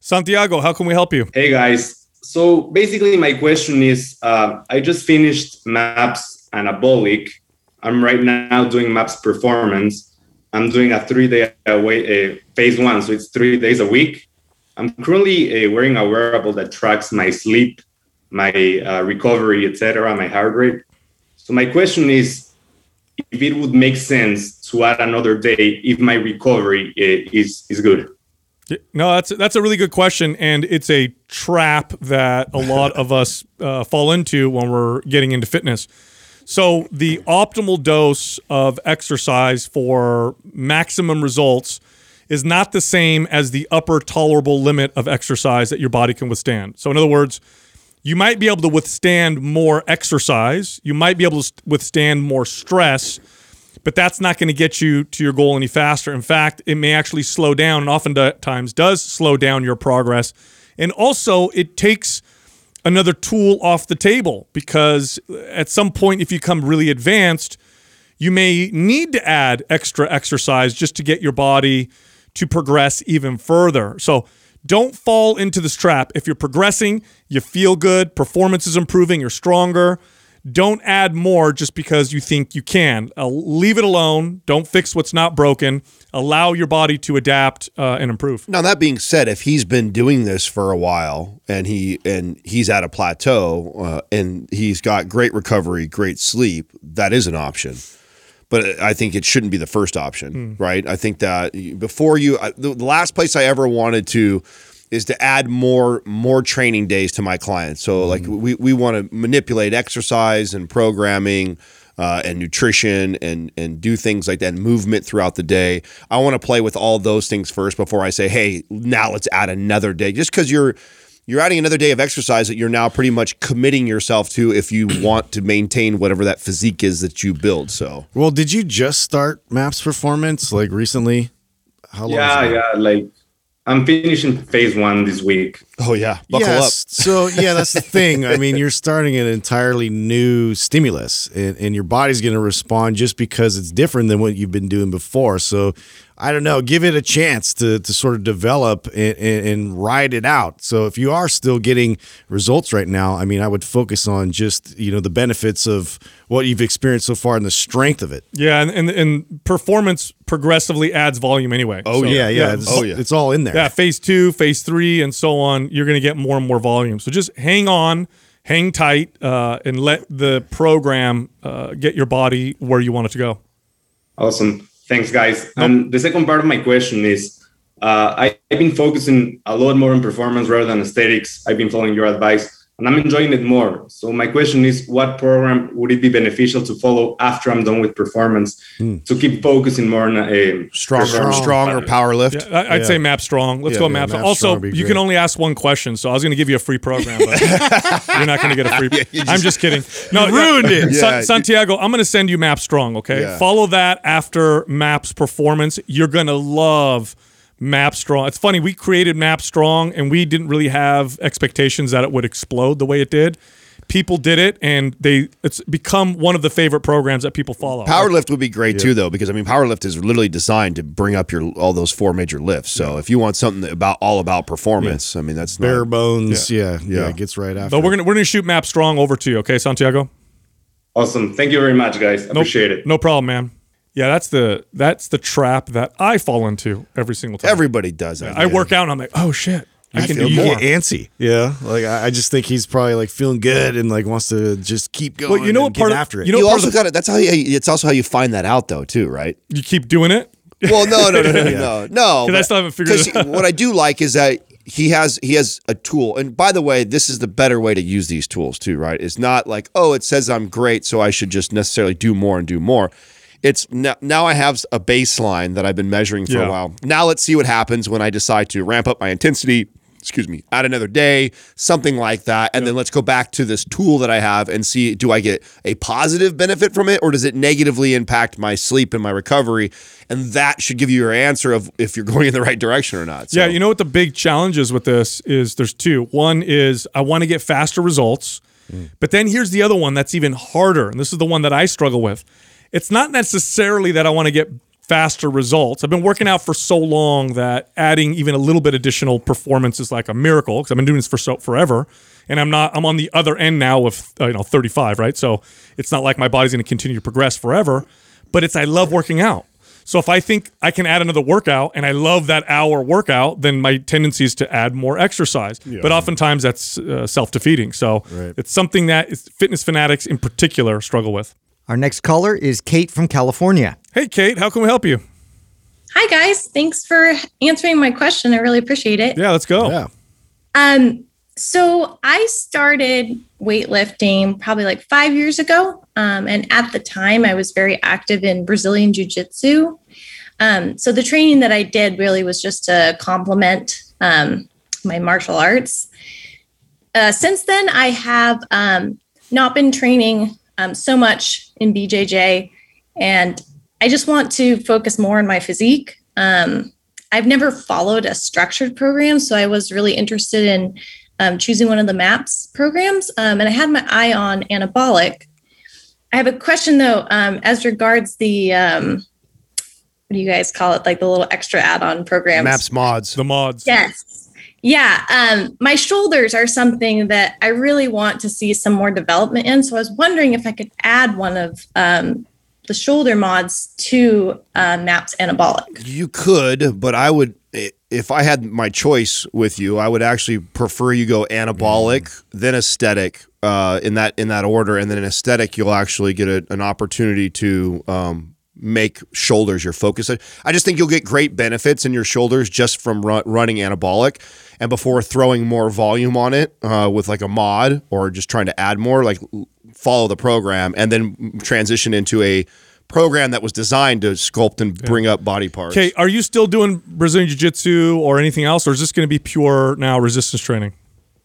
S2: Santiago, how can we help you?
S8: Hey guys. So basically, my question is uh, I just finished MAPS Anabolic. I'm right now doing MAPS Performance. I'm doing a three day away uh, phase one, so it's three days a week. I'm currently uh, wearing a wearable that tracks my sleep, my uh, recovery, etc., my heart rate. So my question is if it would make sense to add another day if my recovery uh, is is good.
S2: No, that's that's a really good question, and it's a trap that a lot of us uh, fall into when we're getting into fitness. So the optimal dose of exercise for maximum results is not the same as the upper tolerable limit of exercise that your body can withstand. So in other words, you might be able to withstand more exercise, you might be able to st- withstand more stress, but that's not going to get you to your goal any faster. In fact, it may actually slow down and oftentimes does slow down your progress. And also, it takes another tool off the table because at some point, if you come really advanced, you may need to add extra exercise just to get your body to progress even further. So don't fall into this trap. If you're progressing, you feel good, performance is improving, you're stronger. Don't add more just because you think you can. Uh, leave it alone. Don't fix what's not broken. Allow your body to adapt uh, and improve.
S3: Now that being said, if he's been doing this for a while and he and he's at a plateau uh, and he's got great recovery, great sleep, that is an option. But I think it shouldn't be the first option, right? I think that you- before you, I- the the last place I ever wanted to is to add more more training days to my clients. So like we we want to manipulate exercise and programming uh, and nutrition and and do things like that, and movement throughout the day. I want to play with all those things first before I say, hey, now let's add another day. Just because you're you're adding another day of exercise that you're now pretty much committing yourself to if you want to maintain whatever that physique is that you build. So
S4: Well, did you just start Maps Performance like recently? How long?
S8: Yeah,
S4: is it?
S8: yeah. Like I'm finishing phase one this week.
S3: oh yeah, buckle
S4: Yes. so yeah, that's the thing. I mean, you're starting an entirely new stimulus, and, and your body's going to respond just because it's different than what you've been doing before. So I don't know. Give it a chance to to sort of develop and, and, and ride it out. So if you are still getting results right now, I mean, I would focus on just you know the benefits of what you've experienced so far and the strength of it.
S2: Yeah, and, and, and performance progressively adds volume anyway.
S3: Oh,
S2: So-
S4: yeah, yeah. It's,
S3: Oh, yeah.
S4: it's all in there.
S2: Yeah, phase two, phase three, and so on. You're going to get more and more volume. So just hang on, hang tight, uh, and let the program uh, get your body where you want it to go.
S8: Awesome. Thanks, guys. And the second part of my question is uh, I, I've been focusing a lot more on performance rather than aesthetics. I've been following your advice. and I'm enjoying it more. So my question is, what program would it be beneficial to follow after I'm done with performance to keep focusing more on uh, a
S3: Stronger, stronger power lift.
S2: Yeah, I- I'd say map strong. Let's
S4: Yeah,
S2: go
S4: yeah,
S2: map.
S4: Map
S2: strong. Also,
S4: Strong would be
S2: you
S4: great.
S2: can only ask one question, so I was going to give you a free program, but you're not going to get a free. I'm just kidding. No, ruined it.
S3: Yeah.
S2: Santiago, I'm going to send you map strong. Okay,
S3: Yeah.
S2: follow that after Map's performance. You're going to love Map Strong. It's funny we created Map Strong, and we didn't really have expectations that it would explode the way it did. People did it, and they it's become one of the favorite programs that people follow.
S3: Power lift would be great too, though, because I mean, power lift is literally designed to bring up your all those four major lifts. So if you want something that- about all about performance, I mean, that's not-
S4: bare bones. Yeah, yeah,
S3: Yeah.
S4: it gets right after.
S2: But we're gonna we're gonna shoot Map Strong over to you, okay, Santiago?
S8: awesome? Thank you very much, guys. Appreciate it.
S2: No problem, man. Yeah, that's the that's the trap that I fall into every single time.
S3: everybody does that.
S2: I work out and I'm like, oh shit, I, can do
S4: you
S2: more.
S4: get antsy. Yeah, like I, I just think he's probably like feeling good and like wants to just keep going.
S2: Well, you know
S4: and
S2: what
S4: get
S2: part of-
S4: after it.
S2: you know-
S3: You
S2: part
S3: also
S2: of the-
S3: got it. That's how you. It's also how you find that out, though, too, right?
S2: you keep doing it.
S3: Well, no, no, no, no, no, no.
S2: 'Cause I still haven't figured it
S3: 'cause what I do like is that he has he has a tool, and by the way, this is the better way to use these tools too, right? It's not like oh, it says I'm great, so I should just necessarily do more and do more. It's now, now I have a baseline that I've been measuring for
S2: Yeah.
S3: a while. Now let's see what happens when I decide to ramp up my intensity. Excuse me, add another day, something like that, and then let's go back to this tool that I have and see do I get a positive benefit from it or does it negatively impact my sleep and my recovery? And that should give you your answer of if you're going in the right direction or not. So,
S2: Yeah, you know what the big challenge is with this is there's two. One is I want to get faster results, but then here's the other one that's even harder, and this is the one that I struggle with. It's not necessarily that I want to get faster results. I've been working out for so long that adding even a little bit additional performance is like a miracle because I've been doing this for so forever, and I'm not. I'm on the other end now of uh, you know 35, right? So it's not like my body's going to continue to progress forever, but it's I love working out. So if I think I can add another workout and I love that hour workout, then my tendency is to add more exercise. But oftentimes that's uh, self defeating. So it's something that is- fitness fanatics in particular struggle with.
S5: Our next caller is Kate from California.
S2: Hey, Kate, how can we help you?
S9: Hi, guys. Thanks for answering my question. I really appreciate it.
S2: Yeah, let's go.
S4: yeah,
S9: Um, so I started weightlifting probably like five years ago. Um, and at the time, I was very active in Brazilian Jiu Jitsu. Um, so the training that I did really was just to complement um, my martial arts. Uh, since then, I have um, not been training um, so much in BJJ, and I just want to focus more on my physique. Um, I've never followed a structured program, so I was really interested in um, choosing one of the MAPS programs, um, and I had my eye on anabolic. I have a question though, um, as regards the um, what do you guys call it, like the little extra add-on programs?
S3: maps mods.
S2: The mods.
S9: Yes. Yeah. Um, my shoulders are something that I really want to see some more development in. So I was wondering if I could add one of um, the shoulder mods to uh, MAPS Anabolic.
S3: You could, but I would i- if I had my choice with you, I would actually prefer you go anabolic, then aesthetic, uh, in that in that order, and then in aesthetic, you'll actually get a, an opportunity to um, make shoulders your focus. I- I just think you'll get great benefits in your shoulders just from ru- running anabolic, and before throwing more volume on it uh, with like a mod or just trying to add more, like l- follow the program, and then transition into a program that was designed to sculpt and bring up body parts.
S2: Kate, are you still doing Brazilian Jiu Jitsu or anything else, or is this going to be pure now resistance training?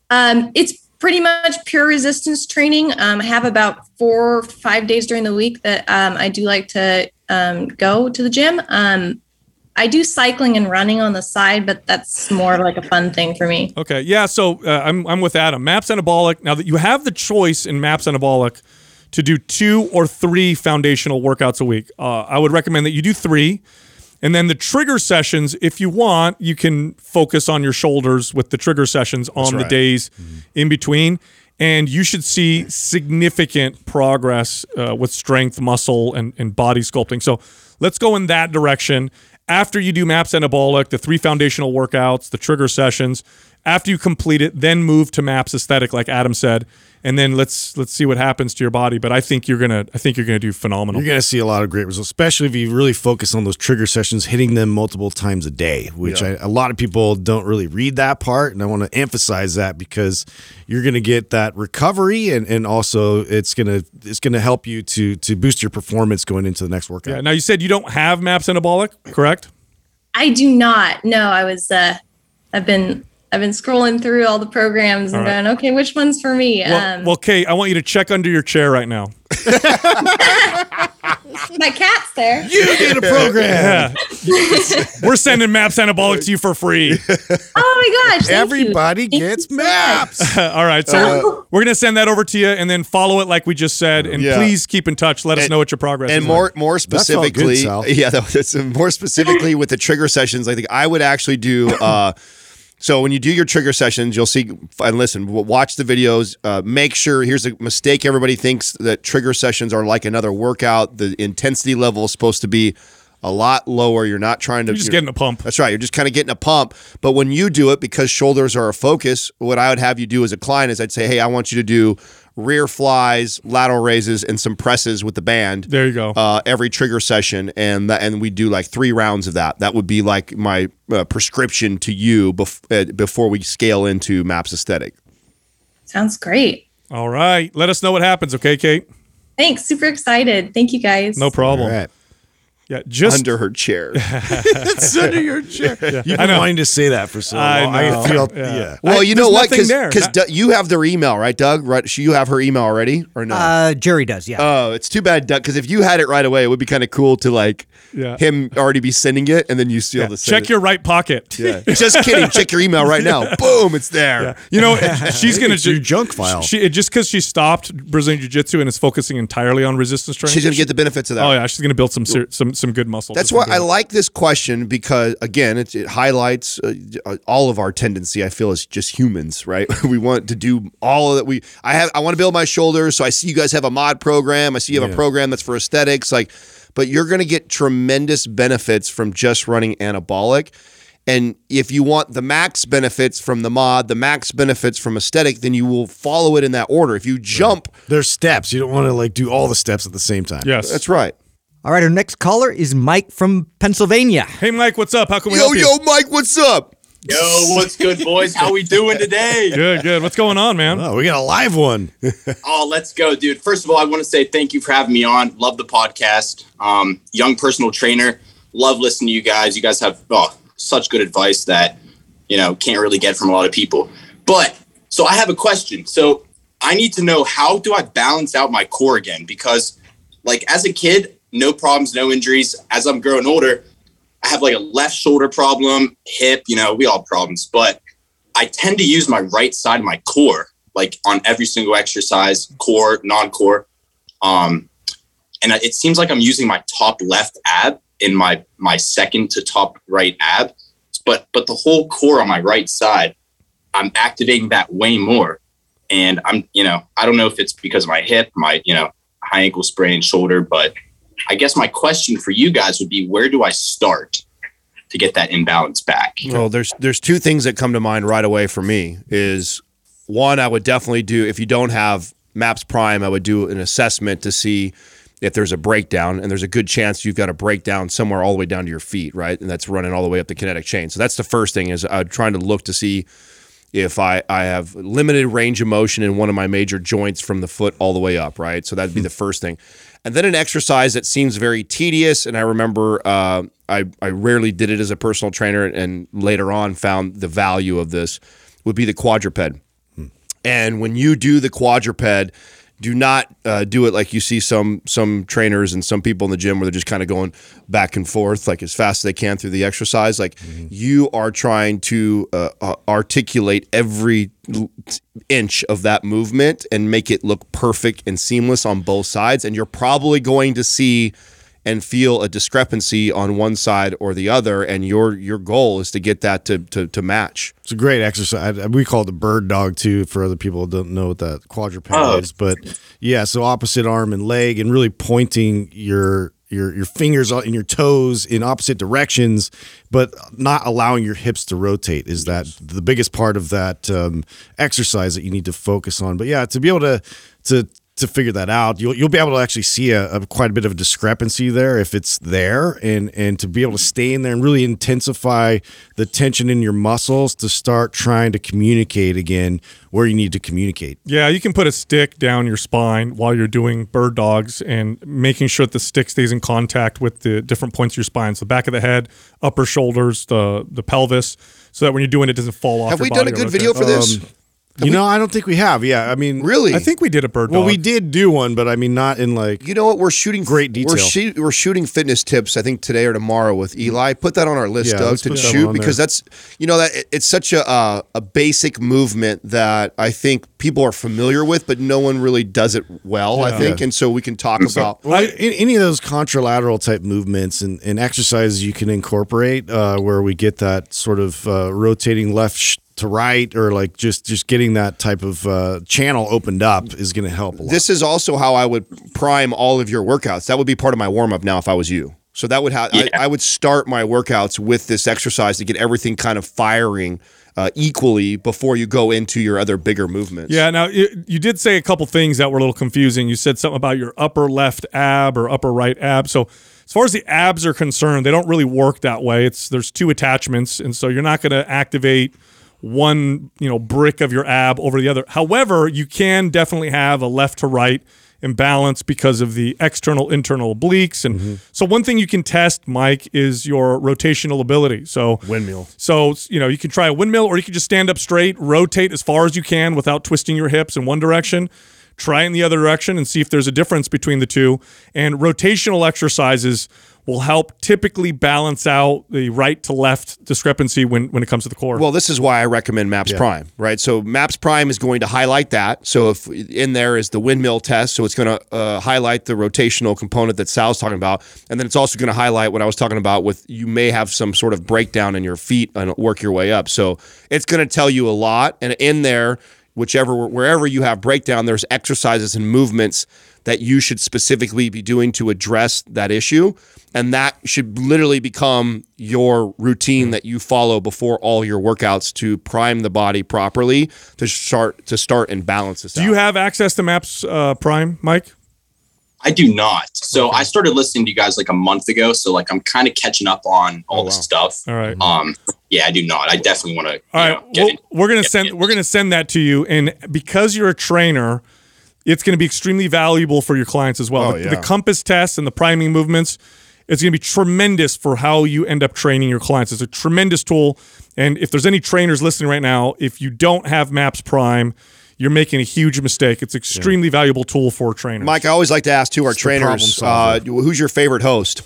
S9: Um, it's pretty much pure resistance training. Um, I have about four or five days during the week that um, I do like to um, go to the gym. Um, I do cycling and running on the side, but that's more of like a fun thing for me.
S2: Okay, yeah. So uh, I'm I'm with Adam. Maps Anabolic. Now that you have the choice in Maps Anabolic to do two or three foundational workouts a week, uh, I would recommend that you do three, and then the trigger sessions. If you want, you can focus on your shoulders with the trigger sessions on the days in between, and you should see significant progress uh, with strength, muscle, and and body sculpting. So let's go in that direction after you do MAPS Anabolic, the three foundational workouts, the trigger sessions, after you complete it, then move to MAPS Aesthetic, like Adam said. and then let's let's see what happens to your body. But I think you're gonna I think you're gonna do phenomenal.
S4: You're going to see a lot of great results, especially if you really focus on those trigger sessions, hitting them multiple times a day, which I, a lot of people don't really read that part. And I want to emphasize that because you're going to get that recovery and, and also it's going to it's going to help you to to boost your performance going into the next workout.
S2: yeah. Now you said you don't have MAPS anabolic, correct?
S9: I do not. No, I was. Uh, I've been. I've been scrolling through all the programs and going, okay, which one's for me?
S2: Well,
S9: um,
S2: well, Kate, I want you to check under your chair right now.
S9: my cat's there.
S4: You get a program.
S2: Yeah. We're sending MAPS anabolic to you for free.
S9: Oh my gosh! thank you.
S4: Everybody
S9: Thank
S4: gets
S9: you so much.
S4: maps.
S2: All right, so we're, we're gonna send that over to you, and then follow it like we just said, and
S3: Uh, Yeah.
S2: please keep in touch. Let us
S3: And-
S2: know what your progress
S3: and
S2: is.
S3: more more
S4: That's all good,
S3: specifically
S4: Sal.
S3: yeah that, that's more specifically with the trigger sessions i think i would actually do uh so when you do your trigger sessions you'll see and listen w- watch the videos uh, make sure here's a mistake everybody thinks that trigger sessions are like another workout the intensity level is supposed to be a lot lower you're not trying to
S2: You're just
S3: you're-
S2: getting a pump.
S3: that's right. You're just kind of getting a pump. But when you do it, because shoulders are a focus, what I would have you do as a client is I'd say, hey, I want you to do rear flies, lateral raises, and some presses with the band.
S2: There you go.
S3: Uh, every trigger session, and that, and we do like three rounds of that. That would be like my uh, prescription to you bef- uh, before we scale into Maps Aesthetic.
S9: Sounds great.
S2: All right, let us know what happens. Okay, Kate.
S9: Thanks. Super excited. Thank you guys.
S2: No problem.
S4: All right.
S2: Yeah, just
S3: Under her chair.
S4: It's under your chair. You've
S2: I
S4: been
S2: know.
S4: wanting to say that for so long.
S2: I
S4: I,
S2: know.
S4: feel
S2: Yeah.
S4: yeah.
S3: well, you
S2: there's
S3: know what?
S2: nothing there.
S3: Because you have their email, right, Doug? Right? You have her email already, or no?
S5: Uh, Jerry does, yeah.
S3: Oh, it's too bad, Doug. Because if you had it right away, it would be kind of cool to like
S2: Yeah.
S3: him already be sending it, and then you steal the
S2: check your right pocket.
S3: Yeah. Just kidding. Check your email right now. Boom, it's there.
S2: You know, she's gonna
S4: It's your
S2: ju-
S4: junk file.
S2: She it- just because she stopped Brazilian Jiu Jitsu and is focusing entirely on resistance training.
S3: She's gonna get the benefits of that.
S2: oh yeah, she's gonna build some ser- some some good muscle.
S3: That's
S2: Just
S3: why
S2: some
S3: I
S2: good-
S3: like this question because again, it, it highlights uh, uh, all of our tendency. I feel as just humans, right? we want to do all of that. We I have I want to build my shoulders, so I see you guys have a mod program. I see you have a program that's for aesthetics, like. But you're going to get tremendous benefits from just running anabolic. And if you want the max benefits from the mod, the max benefits from aesthetic, then you will follow it in that order. If you jump,
S4: There's steps. You don't want to like do all the steps at the same time.
S2: yes.
S3: that's right.
S5: All right, our next caller is Mike from Pennsylvania.
S2: Hey Mike, what's up? How can we
S3: Yo,
S2: help you?
S3: yo, Mike, what's up?
S10: Yo, what's good, boys? How we doing today?
S2: Good, good. What's going on, man?
S4: Oh, we got a live one.
S10: Oh, let's go, dude. First of all, I want to say thank you for having me on. Love the podcast. Um, young personal trainer. Love listening to you guys. You guys have oh, such good advice that, you know, can't really get from a lot of people. But so I have a question. So I need to know how do I balance out my core again? Because, like, as a kid, no problems, no injuries. As I'm growing older, I have like a left shoulder problem, hip, you know, we all have problems, but I tend to use my right side of my core, like on every single exercise, core, non core. Um, and I- it seems like I'm using my top left ab in my my second to top right ab, but but the whole core on my right side, I'm activating that way more. And I'm, you know, I don't know if it's because of my hip, my, you know, high ankle sprain, shoulder, but I guess my question for you guys would be where do I start to get that imbalance back?
S3: Well, there's there's two things that come to mind right away for me. Is one I would definitely do if you don't have Maps Prime, I would do an assessment to see if there's a breakdown, and there's a good chance you've got a breakdown somewhere all the way down to your feet, right? And that's running all the way up the kinetic chain. So that's the first thing is I'm trying to look to see if I, I have limited range of motion in one of my major joints from the foot all the way up, right? So that'd be the first thing. And then an exercise that seems very tedious. And I remember uh, I, I rarely did it as a personal trainer and later on found the value of this would be the quadruped. And when you do the quadruped, do not uh, do it like you see some some trainers and some people in the gym where they're just kind of going back and forth like as fast as they can through the exercise. Like
S2: Mm-hmm.
S3: you are trying to uh, uh, articulate every l- inch of that movement and make it look perfect and seamless on both sides. And you're probably going to see and feel a discrepancy on one side or the other. And your your goal is to get that to to, to match.
S4: It's a great exercise. I- We call it the bird dog too for other people who don't know what that quadruped is. But yeah, so opposite arm and leg and really pointing your your your fingers and your toes in opposite directions, but not allowing your hips to rotate is that the biggest part of that um, exercise that you need to focus on. But yeah, to be able to to to figure that out, you'll you'll be able to actually see a, a quite a bit of a discrepancy there if it's there, and and to be able to stay in there and really intensify the tension in your muscles to start trying to communicate again where you need to communicate.
S2: Yeah, you can put a stick down your spine while you're doing bird dogs and making sure that the stick stays in contact with the different points of your spine. So the back of the head, upper shoulders, the the pelvis, so that when you're doing it, it doesn't fall off.
S3: Have
S2: your
S3: we done
S2: body
S3: a
S2: or
S3: good
S2: rotate.
S3: video for this?
S4: Um, you know, I don't think we have. Yeah, I mean,
S3: Really?
S2: I think we did a bird
S4: Well,
S2: dog.
S4: we did do one, but I mean, not in like
S3: you know what? We're shooting
S4: Great detail. Mm-hmm.
S3: We're, shoot, we're shooting fitness tips. I think today or tomorrow with Eli. Put that on our list,
S4: Yeah,
S3: Doug,
S4: let's
S3: to
S4: put that one
S3: shoot
S4: on
S3: because
S4: there.
S3: that's you know that it- it's such a uh, a basic movement that I think people are familiar with, but no one really does it well. I think, and so we can talk about.
S4: Well, in, any of those contralateral type movements and, and exercises you can incorporate uh, where we get that sort of uh, rotating left sh- to right or like just just getting that type of uh, channel opened up is going to help a lot.
S3: This is also how I would prime all of your workouts. That would be part of my warm up now if I was you. So that would have I, I would start my workouts with this exercise to get everything kind of firing uh, equally before you go into your other bigger movements.
S2: Yeah. Now you, you did say a couple things that were a little confusing. You said something about your upper left ab or upper right ab. So as far as the abs are concerned, they don't really work that way. It's there's two attachments, and so you're not going to activate one you know brick of your ab over the other. However, you can definitely have a left to right imbalance because of the external internal obliques and so one thing you can test mike is your rotational ability so
S4: Windmill.
S2: so, you know, you can try a windmill or you can just stand up straight, rotate as far as you can without twisting your hips in one direction, try in the other direction and see if there's a difference between the two. And rotational exercises will help typically balance out the right to left discrepancy when, when it comes to the core.
S3: Well, this is why I recommend Maps Prime, right? So Maps Prime is going to highlight that. So if in there is the windmill test, so it's going to uh, highlight the rotational component that Sal's talking about, and then it's also going to highlight what I was talking about with you may have some sort of breakdown in your feet and work your way up. So it's going to tell you a lot, and in there, whichever wherever you have breakdown, there's exercises and movements that you should specifically be doing to address that issue. And that should literally become your routine that you follow before all your workouts to prime the body properly to start to start and balance this
S2: Do
S3: out.
S2: you have access to Maps uh, Prime, Mike?
S11: I do not. So I started listening to you guys like a month ago. So like I'm kind of catching up on all the stuff.
S2: Oh, All right.
S11: Um, yeah, I do not. I definitely want to.
S2: All
S11: you
S2: right,
S11: know, get
S2: well,
S11: in.
S2: we're gonna
S11: get
S2: send
S11: in.
S2: we're gonna send that to you, and because you're a trainer, it's gonna be extremely valuable for your clients as well.
S3: Oh,
S2: the,
S3: yeah.
S2: the compass tests and the priming movements, it's gonna be tremendous for how you end up training your clients. It's a tremendous tool, and if there's any trainers listening right now, if you don't have Maps Prime, you're making a huge mistake. It's an extremely valuable tool for trainers.
S3: Mike, I always like to ask to our
S4: the problem
S3: trainers, uh,
S4: solver.
S3: who's your favorite host?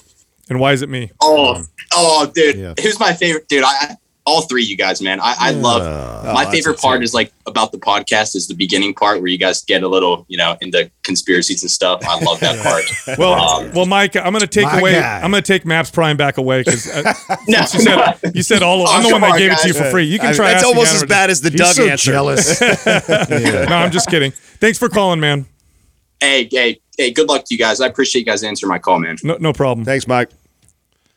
S2: and why is it me?
S11: Oh, oh, dude,
S4: Yeah.
S11: who's my favorite? Dude, I, I all three you guys, man. I, I love. my favorite part is like about the podcast is the beginning part where you guys get a little, you know, into conspiracies and stuff. I love that part.
S2: Well,
S11: Um,
S2: well, Mike, I'm gonna take
S4: my
S2: away.
S4: guy.
S2: I'm gonna take Maps Prime back away because uh,
S11: no,
S2: you said you said all. Of,
S11: Oh,
S2: I'm the
S11: come
S2: one that
S11: on,
S2: gave it to you
S11: guys.
S2: for free. You can
S3: I-
S2: try.
S3: that's
S2: asking
S3: almost
S2: Adam
S3: as
S2: to-
S3: bad as the
S4: He's
S3: Doug
S4: so
S3: answer.
S4: jealous.
S2: no, I'm just kidding. Thanks for calling, man.
S11: hey, hey, hey, good luck to you guys. I appreciate you guys answering my call, man.
S2: No, no problem.
S3: Thanks, Mike.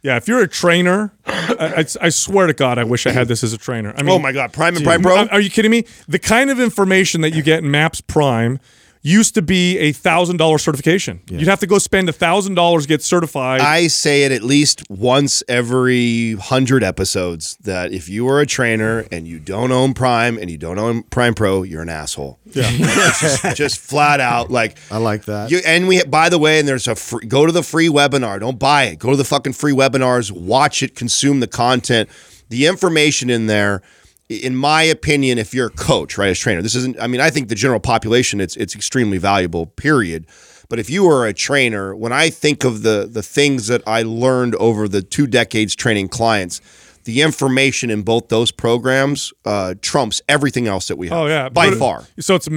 S2: Yeah, if you're a trainer, I, I- I swear to God, I wish I had this as a trainer. I mean,
S3: Oh my God, Prime and Prime Pro.
S2: Are, are you kidding me? The kind of information that you get in Maps Prime used to be a thousand dollar certification. You'd have to go spend a thousand dollars get certified.
S3: I say it at least once every hundred episodes that if you are a trainer and you don't own Prime and you don't own Prime Pro, you're an asshole. Yeah, just, just flat out like.
S4: I like that.
S3: You, and we, by the way, and there's a free, go to the free webinar. Don't buy it. Go to the fucking free webinars. Watch it. Consume the content. The information in there, i- in my opinion, if you're a coach, right, as a trainer, this isn't. I mean, I think the general population, it's it's extremely valuable. Period. But if you are a trainer, when I think of the the things that I learned over the two decades training clients. The information in both those programs uh, trumps everything else that we have.
S2: oh yeah,
S3: by
S2: Go to-
S3: far.
S2: So it's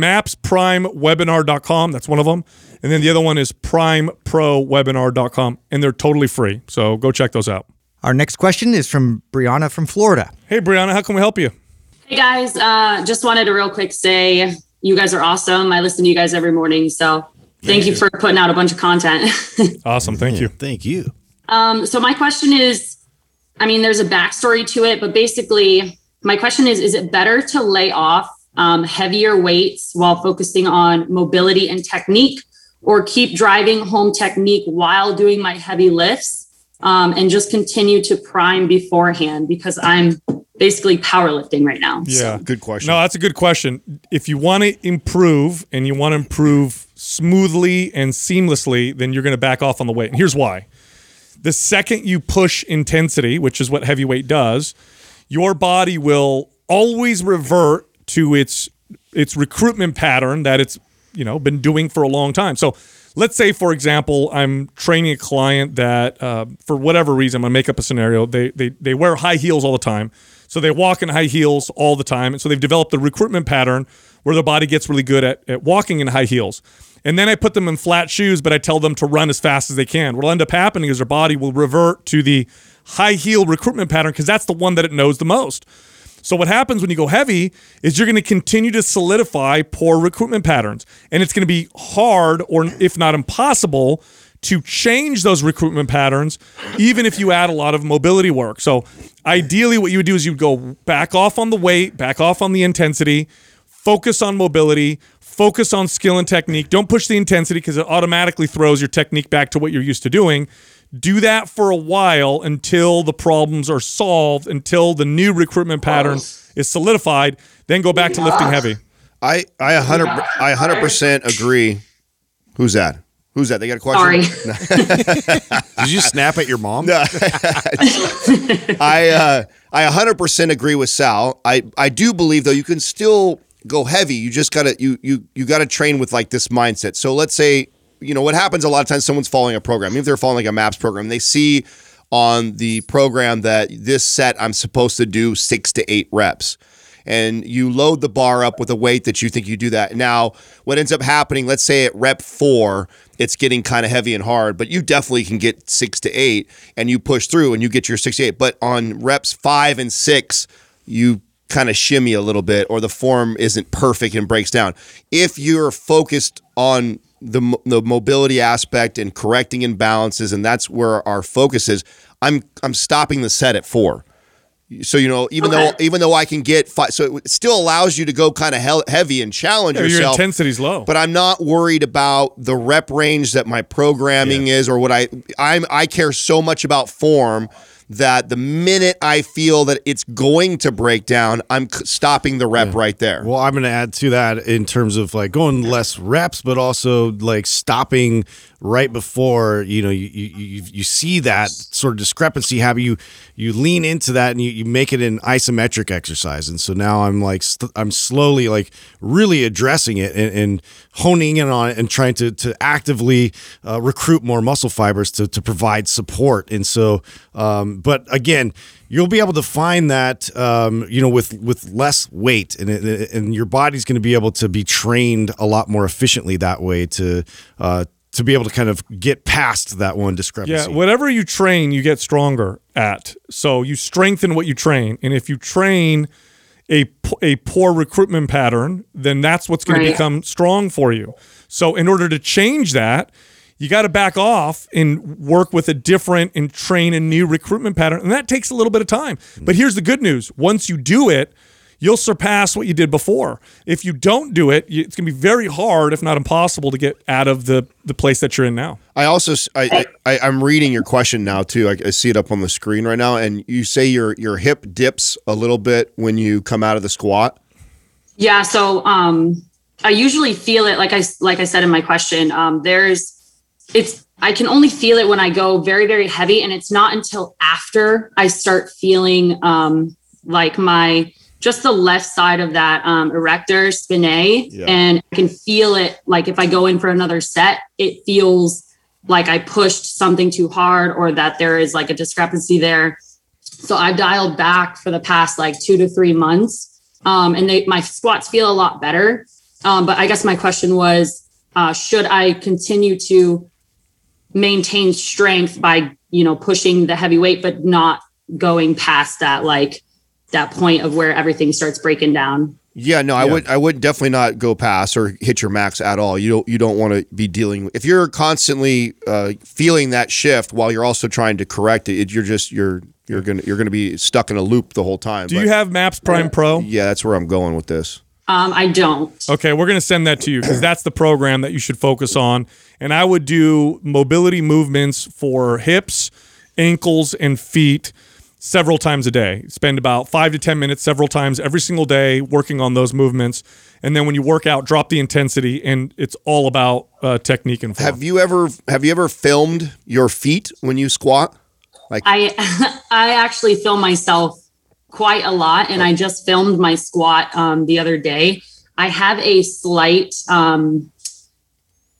S2: mapsprimewebinar.com. That's one of them, and then the other one is primeprowebinar.com, and they're totally free. So go check those out.
S5: Our next question is from Brianna from Florida.
S2: Hey, Brianna, how can we help you?
S10: Hey guys, uh, just wanted to real quick say you guys are awesome. I listen to you guys every morning, so Thank you for putting out a bunch of content.
S2: Awesome. Thank
S3: Hmm.
S2: you.
S4: Thank you.
S10: Um, so my question is, I mean, there's a backstory to it, but basically, my question is: Is it better to lay off um, heavier weights while focusing on mobility and technique, or keep driving home technique while doing my heavy lifts, um, and just continue to prime beforehand because I'm basically powerlifting right now?
S2: Yeah.
S3: Good question.
S2: No, that's a good question. If you want to improve and you want to improve smoothly and seamlessly, then you're going to back off on the weight. And here's why. The second you push intensity, which is what heavyweight does, your body will always revert to its its recruitment pattern that it's, you know, been doing for a long time. So, let's say for example, I'm training a client that uh, for whatever reason, I'm going to make up a scenario, they they they wear high heels all the time. So they walk in high heels all the time. And so they've developed a recruitment pattern where their body gets really good at, at walking in high heels. And then I put them in flat shoes, but I tell them to run as fast as they can. What'll end up happening is their body will revert to the high heel recruitment pattern because that's the one that it knows the most. So what happens when you go heavy is you're going to continue to solidify poor recruitment patterns, and it's going to be hard, or if not impossible, to change those recruitment patterns, even if you add a lot of mobility work. So ideally, what you would do is you'd go back off on the weight, back off on the intensity, focus on mobility, focus on skill and technique. Don't push the intensity because it automatically throws your technique back to what you're used to doing. Do that for a while until the problems are solved, until the new recruitment pattern is solidified, then go back to lifting heavy.
S3: I I a hundred I a hundred percent agree. Who's that? Who's that? They got a question.
S4: Did you snap at your mom?
S3: No. I uh, I 100% agree with Sal. I I do believe though you can still go heavy. You just gotta you you you gotta train with like this mindset. So let's say you know what happens a lot of times someone's following a program, even if they're following like a MAPS program, they see on the program that this set I'm supposed to do six to eight reps. And you load the bar up with a weight that you think you do that. Now, what ends up happening, let's say at rep four, it's getting kind of heavy and hard, but you definitely can get six to eight and you push through and you get your six to eight. But on reps five and six, you kind of shimmy a little bit or the form isn't perfect and breaks down. If you're focused on the, mo- the mobility aspect and correcting imbalances, and that's where our focus is, I'm, I'm stopping the set at four. So you know, even
S10: Okay.
S3: though even though I can get five, so it still allows you to go kind of hell heavy and challenge
S2: Your
S3: yourself.
S2: intensity's low.
S3: But I'm not worried about the rep range that my programming is or what I I'm I care so much about form that the minute I feel that it's going to break down, I'm c- stopping the rep right there.
S4: Well, I'm going to add to that in terms of like going less reps, but also like stopping right before you know you you, you, you see that sort of discrepancy. Have you you lean into that and you, you make it an isometric exercise? And so now I'm like st- I'm slowly like really addressing it and, and honing in on it and trying to to actively uh, recruit more muscle fibers to to provide support. And so, um, but again you'll be able to find that um, you know with with less weight and it, and your body's going to be able to be trained a lot more efficiently that way to uh, to be able to kind of get past that one
S2: Yeah,
S4: discrepancy.
S2: whatever you train, you get stronger at. So you strengthen what you train, and if you train a p- a poor recruitment pattern, then that's what's going
S10: Right.
S2: to become strong for you. So in order to change that, you got to back off and work with a different and train a new recruitment pattern, and that takes a little bit of time. But here's the good news: once you do it. You'll surpass what you did before. If you don't do it, you- it's going to be very hard, if not impossible, to get out of the, the place that you're in now.
S3: I also s- I, I I- I'm reading your question now too. I, I see it up on the screen right now, and you say your your hip dips a little bit when you come out of the squat.
S10: Yeah, so um I usually feel it like I like I said in my question. Um there's it's I can only feel it when I go very very heavy and it's not until after I start feeling um like my just the left side of that um erector spinae
S3: Yeah.
S10: and I can feel it like if I go in for another set it feels like I pushed something too hard or that there is like a discrepancy there. So I've dialed back for the past like two to three months. Um, and they, my squats feel a lot better. Um, but I guess my question was, uh, should I continue to maintain strength by, you know, pushing the heavy weight, but not going past that, like that point of where everything starts breaking down?
S3: Yeah, no, I would I would definitely not go past or hit your max at all. You don't you don't want to be dealing if you're constantly uh, feeling that shift while you're also trying to correct it. it you're just you're you're gonna you're gonna be stuck in a loop the whole time.
S2: Do you have Maps Prime Pro?
S3: Yeah, that's where I'm going with this.
S10: Um, I don't.
S2: Okay, we're going to send that to you because that's the program that you should focus on. And I would do mobility movements for hips, ankles, and feet several times a day. Spend about five to 10 minutes several times every single day working on those movements. And then when you work out, drop the intensity, and it's all about uh, technique and form.
S3: Have you ever have you ever filmed your feet when you squat? Like
S10: I I actually film myself quite a lot, and I just filmed my squat um, the other day. I have a slight um,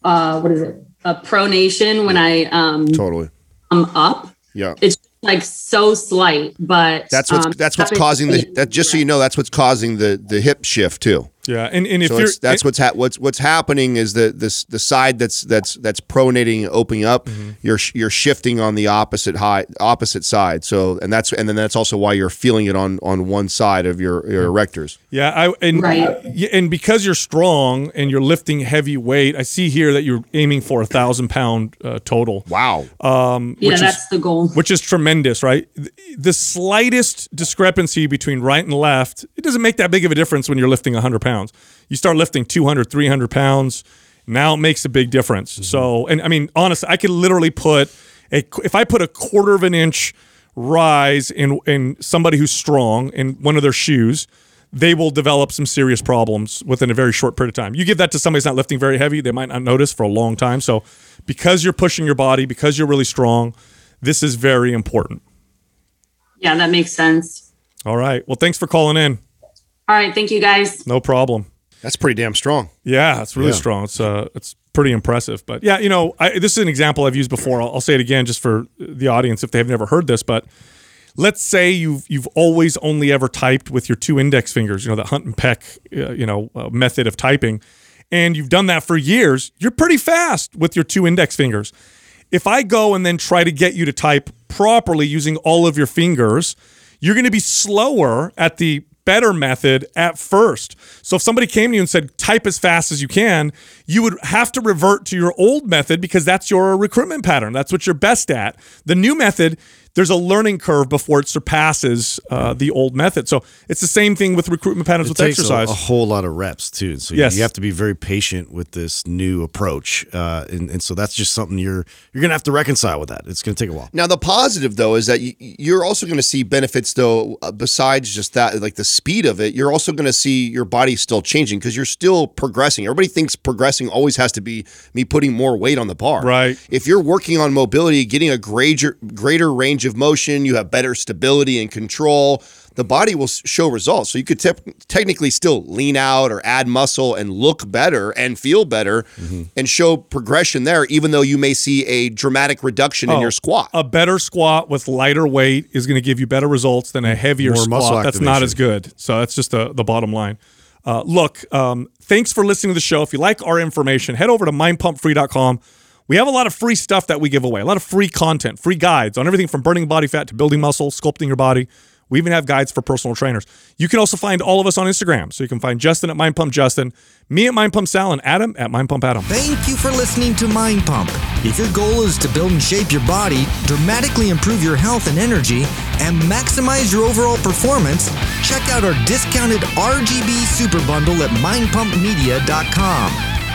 S10: uh, what is it? A pronation when I um,
S3: totally.
S10: I'm up.
S3: Yeah.
S10: It's like so slight, but
S3: That's what's
S10: um,
S3: that's what's
S10: happens-
S3: causing the that just so you know that's what's causing the the hip shift too.
S2: Yeah, and, and if
S3: so
S2: you're
S3: it's- that's what's ha- what's what's happening is the this the side that's that's that's pronating and opening up.
S2: Mm-hmm.
S3: You're sh- you're shifting on the opposite high opposite side. So and that's and then that's also why you're feeling it on on one side of your your erectors.
S2: Yeah, I and
S10: Right.
S2: y- and because you're strong and you're lifting heavy weight, I see here that you're aiming for a thousand pound uh, total.
S3: Wow.
S2: Um,
S10: yeah,
S2: which
S10: that's
S2: is
S10: the goal.
S2: which is tremendous, right? Th- The slightest discrepancy between right and left, it doesn't make that big of a difference when you're lifting 100 pounds. You start lifting 200, 300 pounds, now it makes a big difference. So, and I mean, honestly, I could literally put a, qu- if I put a quarter of an inch rise in, in somebody who's strong in one of their shoes, they will develop some serious problems within a very short period of time. You give that to somebody who's not lifting very heavy, they might not notice for a long time. So, because you're pushing your body, because you're really strong, this is very important.
S10: Yeah, that makes sense.
S2: All right. Well, thanks for calling in.
S10: All right, thank you guys.
S2: No problem.
S3: That's pretty damn strong.
S2: Yeah, it's really
S3: Yeah.
S2: strong. It's uh, it's pretty impressive. But yeah, you know, I, this is an example I've used before. I'll, I'll say it again just for the audience if they have never heard this. But let's say you've you've always only ever typed with your two index fingers. You know, the hunt and peck, uh, you know, uh, method of typing, and you've done that for years. You're pretty fast with your two index fingers. If I go and then try to get you to type properly using all of your fingers, you're going to be slower at the better method at first. So if somebody came to you and said, type as fast as you can, you would have to revert to your old method because that's your recruitment pattern. That's what you're best at. The new method, there's a learning curve before it surpasses uh, the old method. So it's the same thing with recruitment patterns with
S4: It takes a-
S2: exercise.
S4: A, whole lot of reps too. So you-
S2: Yes.
S4: you have to be very patient with this new approach, uh, and, and so that's just something you're you're gonna have to reconcile with that. It's gonna take a while.
S3: Now the positive though is that y- you're also going to see benefits though uh, besides just that like the speed of it. You're also going to see your body still changing because you're still progressing. Everybody thinks progressing always has to be me putting more weight on the bar.
S2: Right.
S3: If you're working on mobility, getting a greater greater range of motion, you have better stability and control. The body will s- show results. So you could tep- technically still lean out or add muscle and look better and feel better
S2: Mm-hmm.
S3: and show progression there, even though you may see a dramatic reduction in
S2: Oh,
S3: your squat.
S2: A better squat with lighter weight is going to give you better results than a heavier
S4: More muscle
S2: squat that's not
S4: activation.
S2: as good. So that's just the, the bottom line. Uh, look, um, thanks for listening to the show. If you like our information, head over to mindpumpfree.com. We have a lot of free stuff that we give away, a lot of free content, free guides on everything from burning body fat to building muscle, sculpting your body. We even have guides for personal trainers. You can also find all of us on Instagram. So you can find Justin at Mind Pump Justin, me at Mind Pump Sal, and Adam at Mind Pump Adam.
S7: Thank you for listening to Mind Pump. If your goal is to build and shape your body, dramatically improve your health and energy, and maximize your overall performance, check out our discounted RGB Super Bundle at mindpumpmedia.com.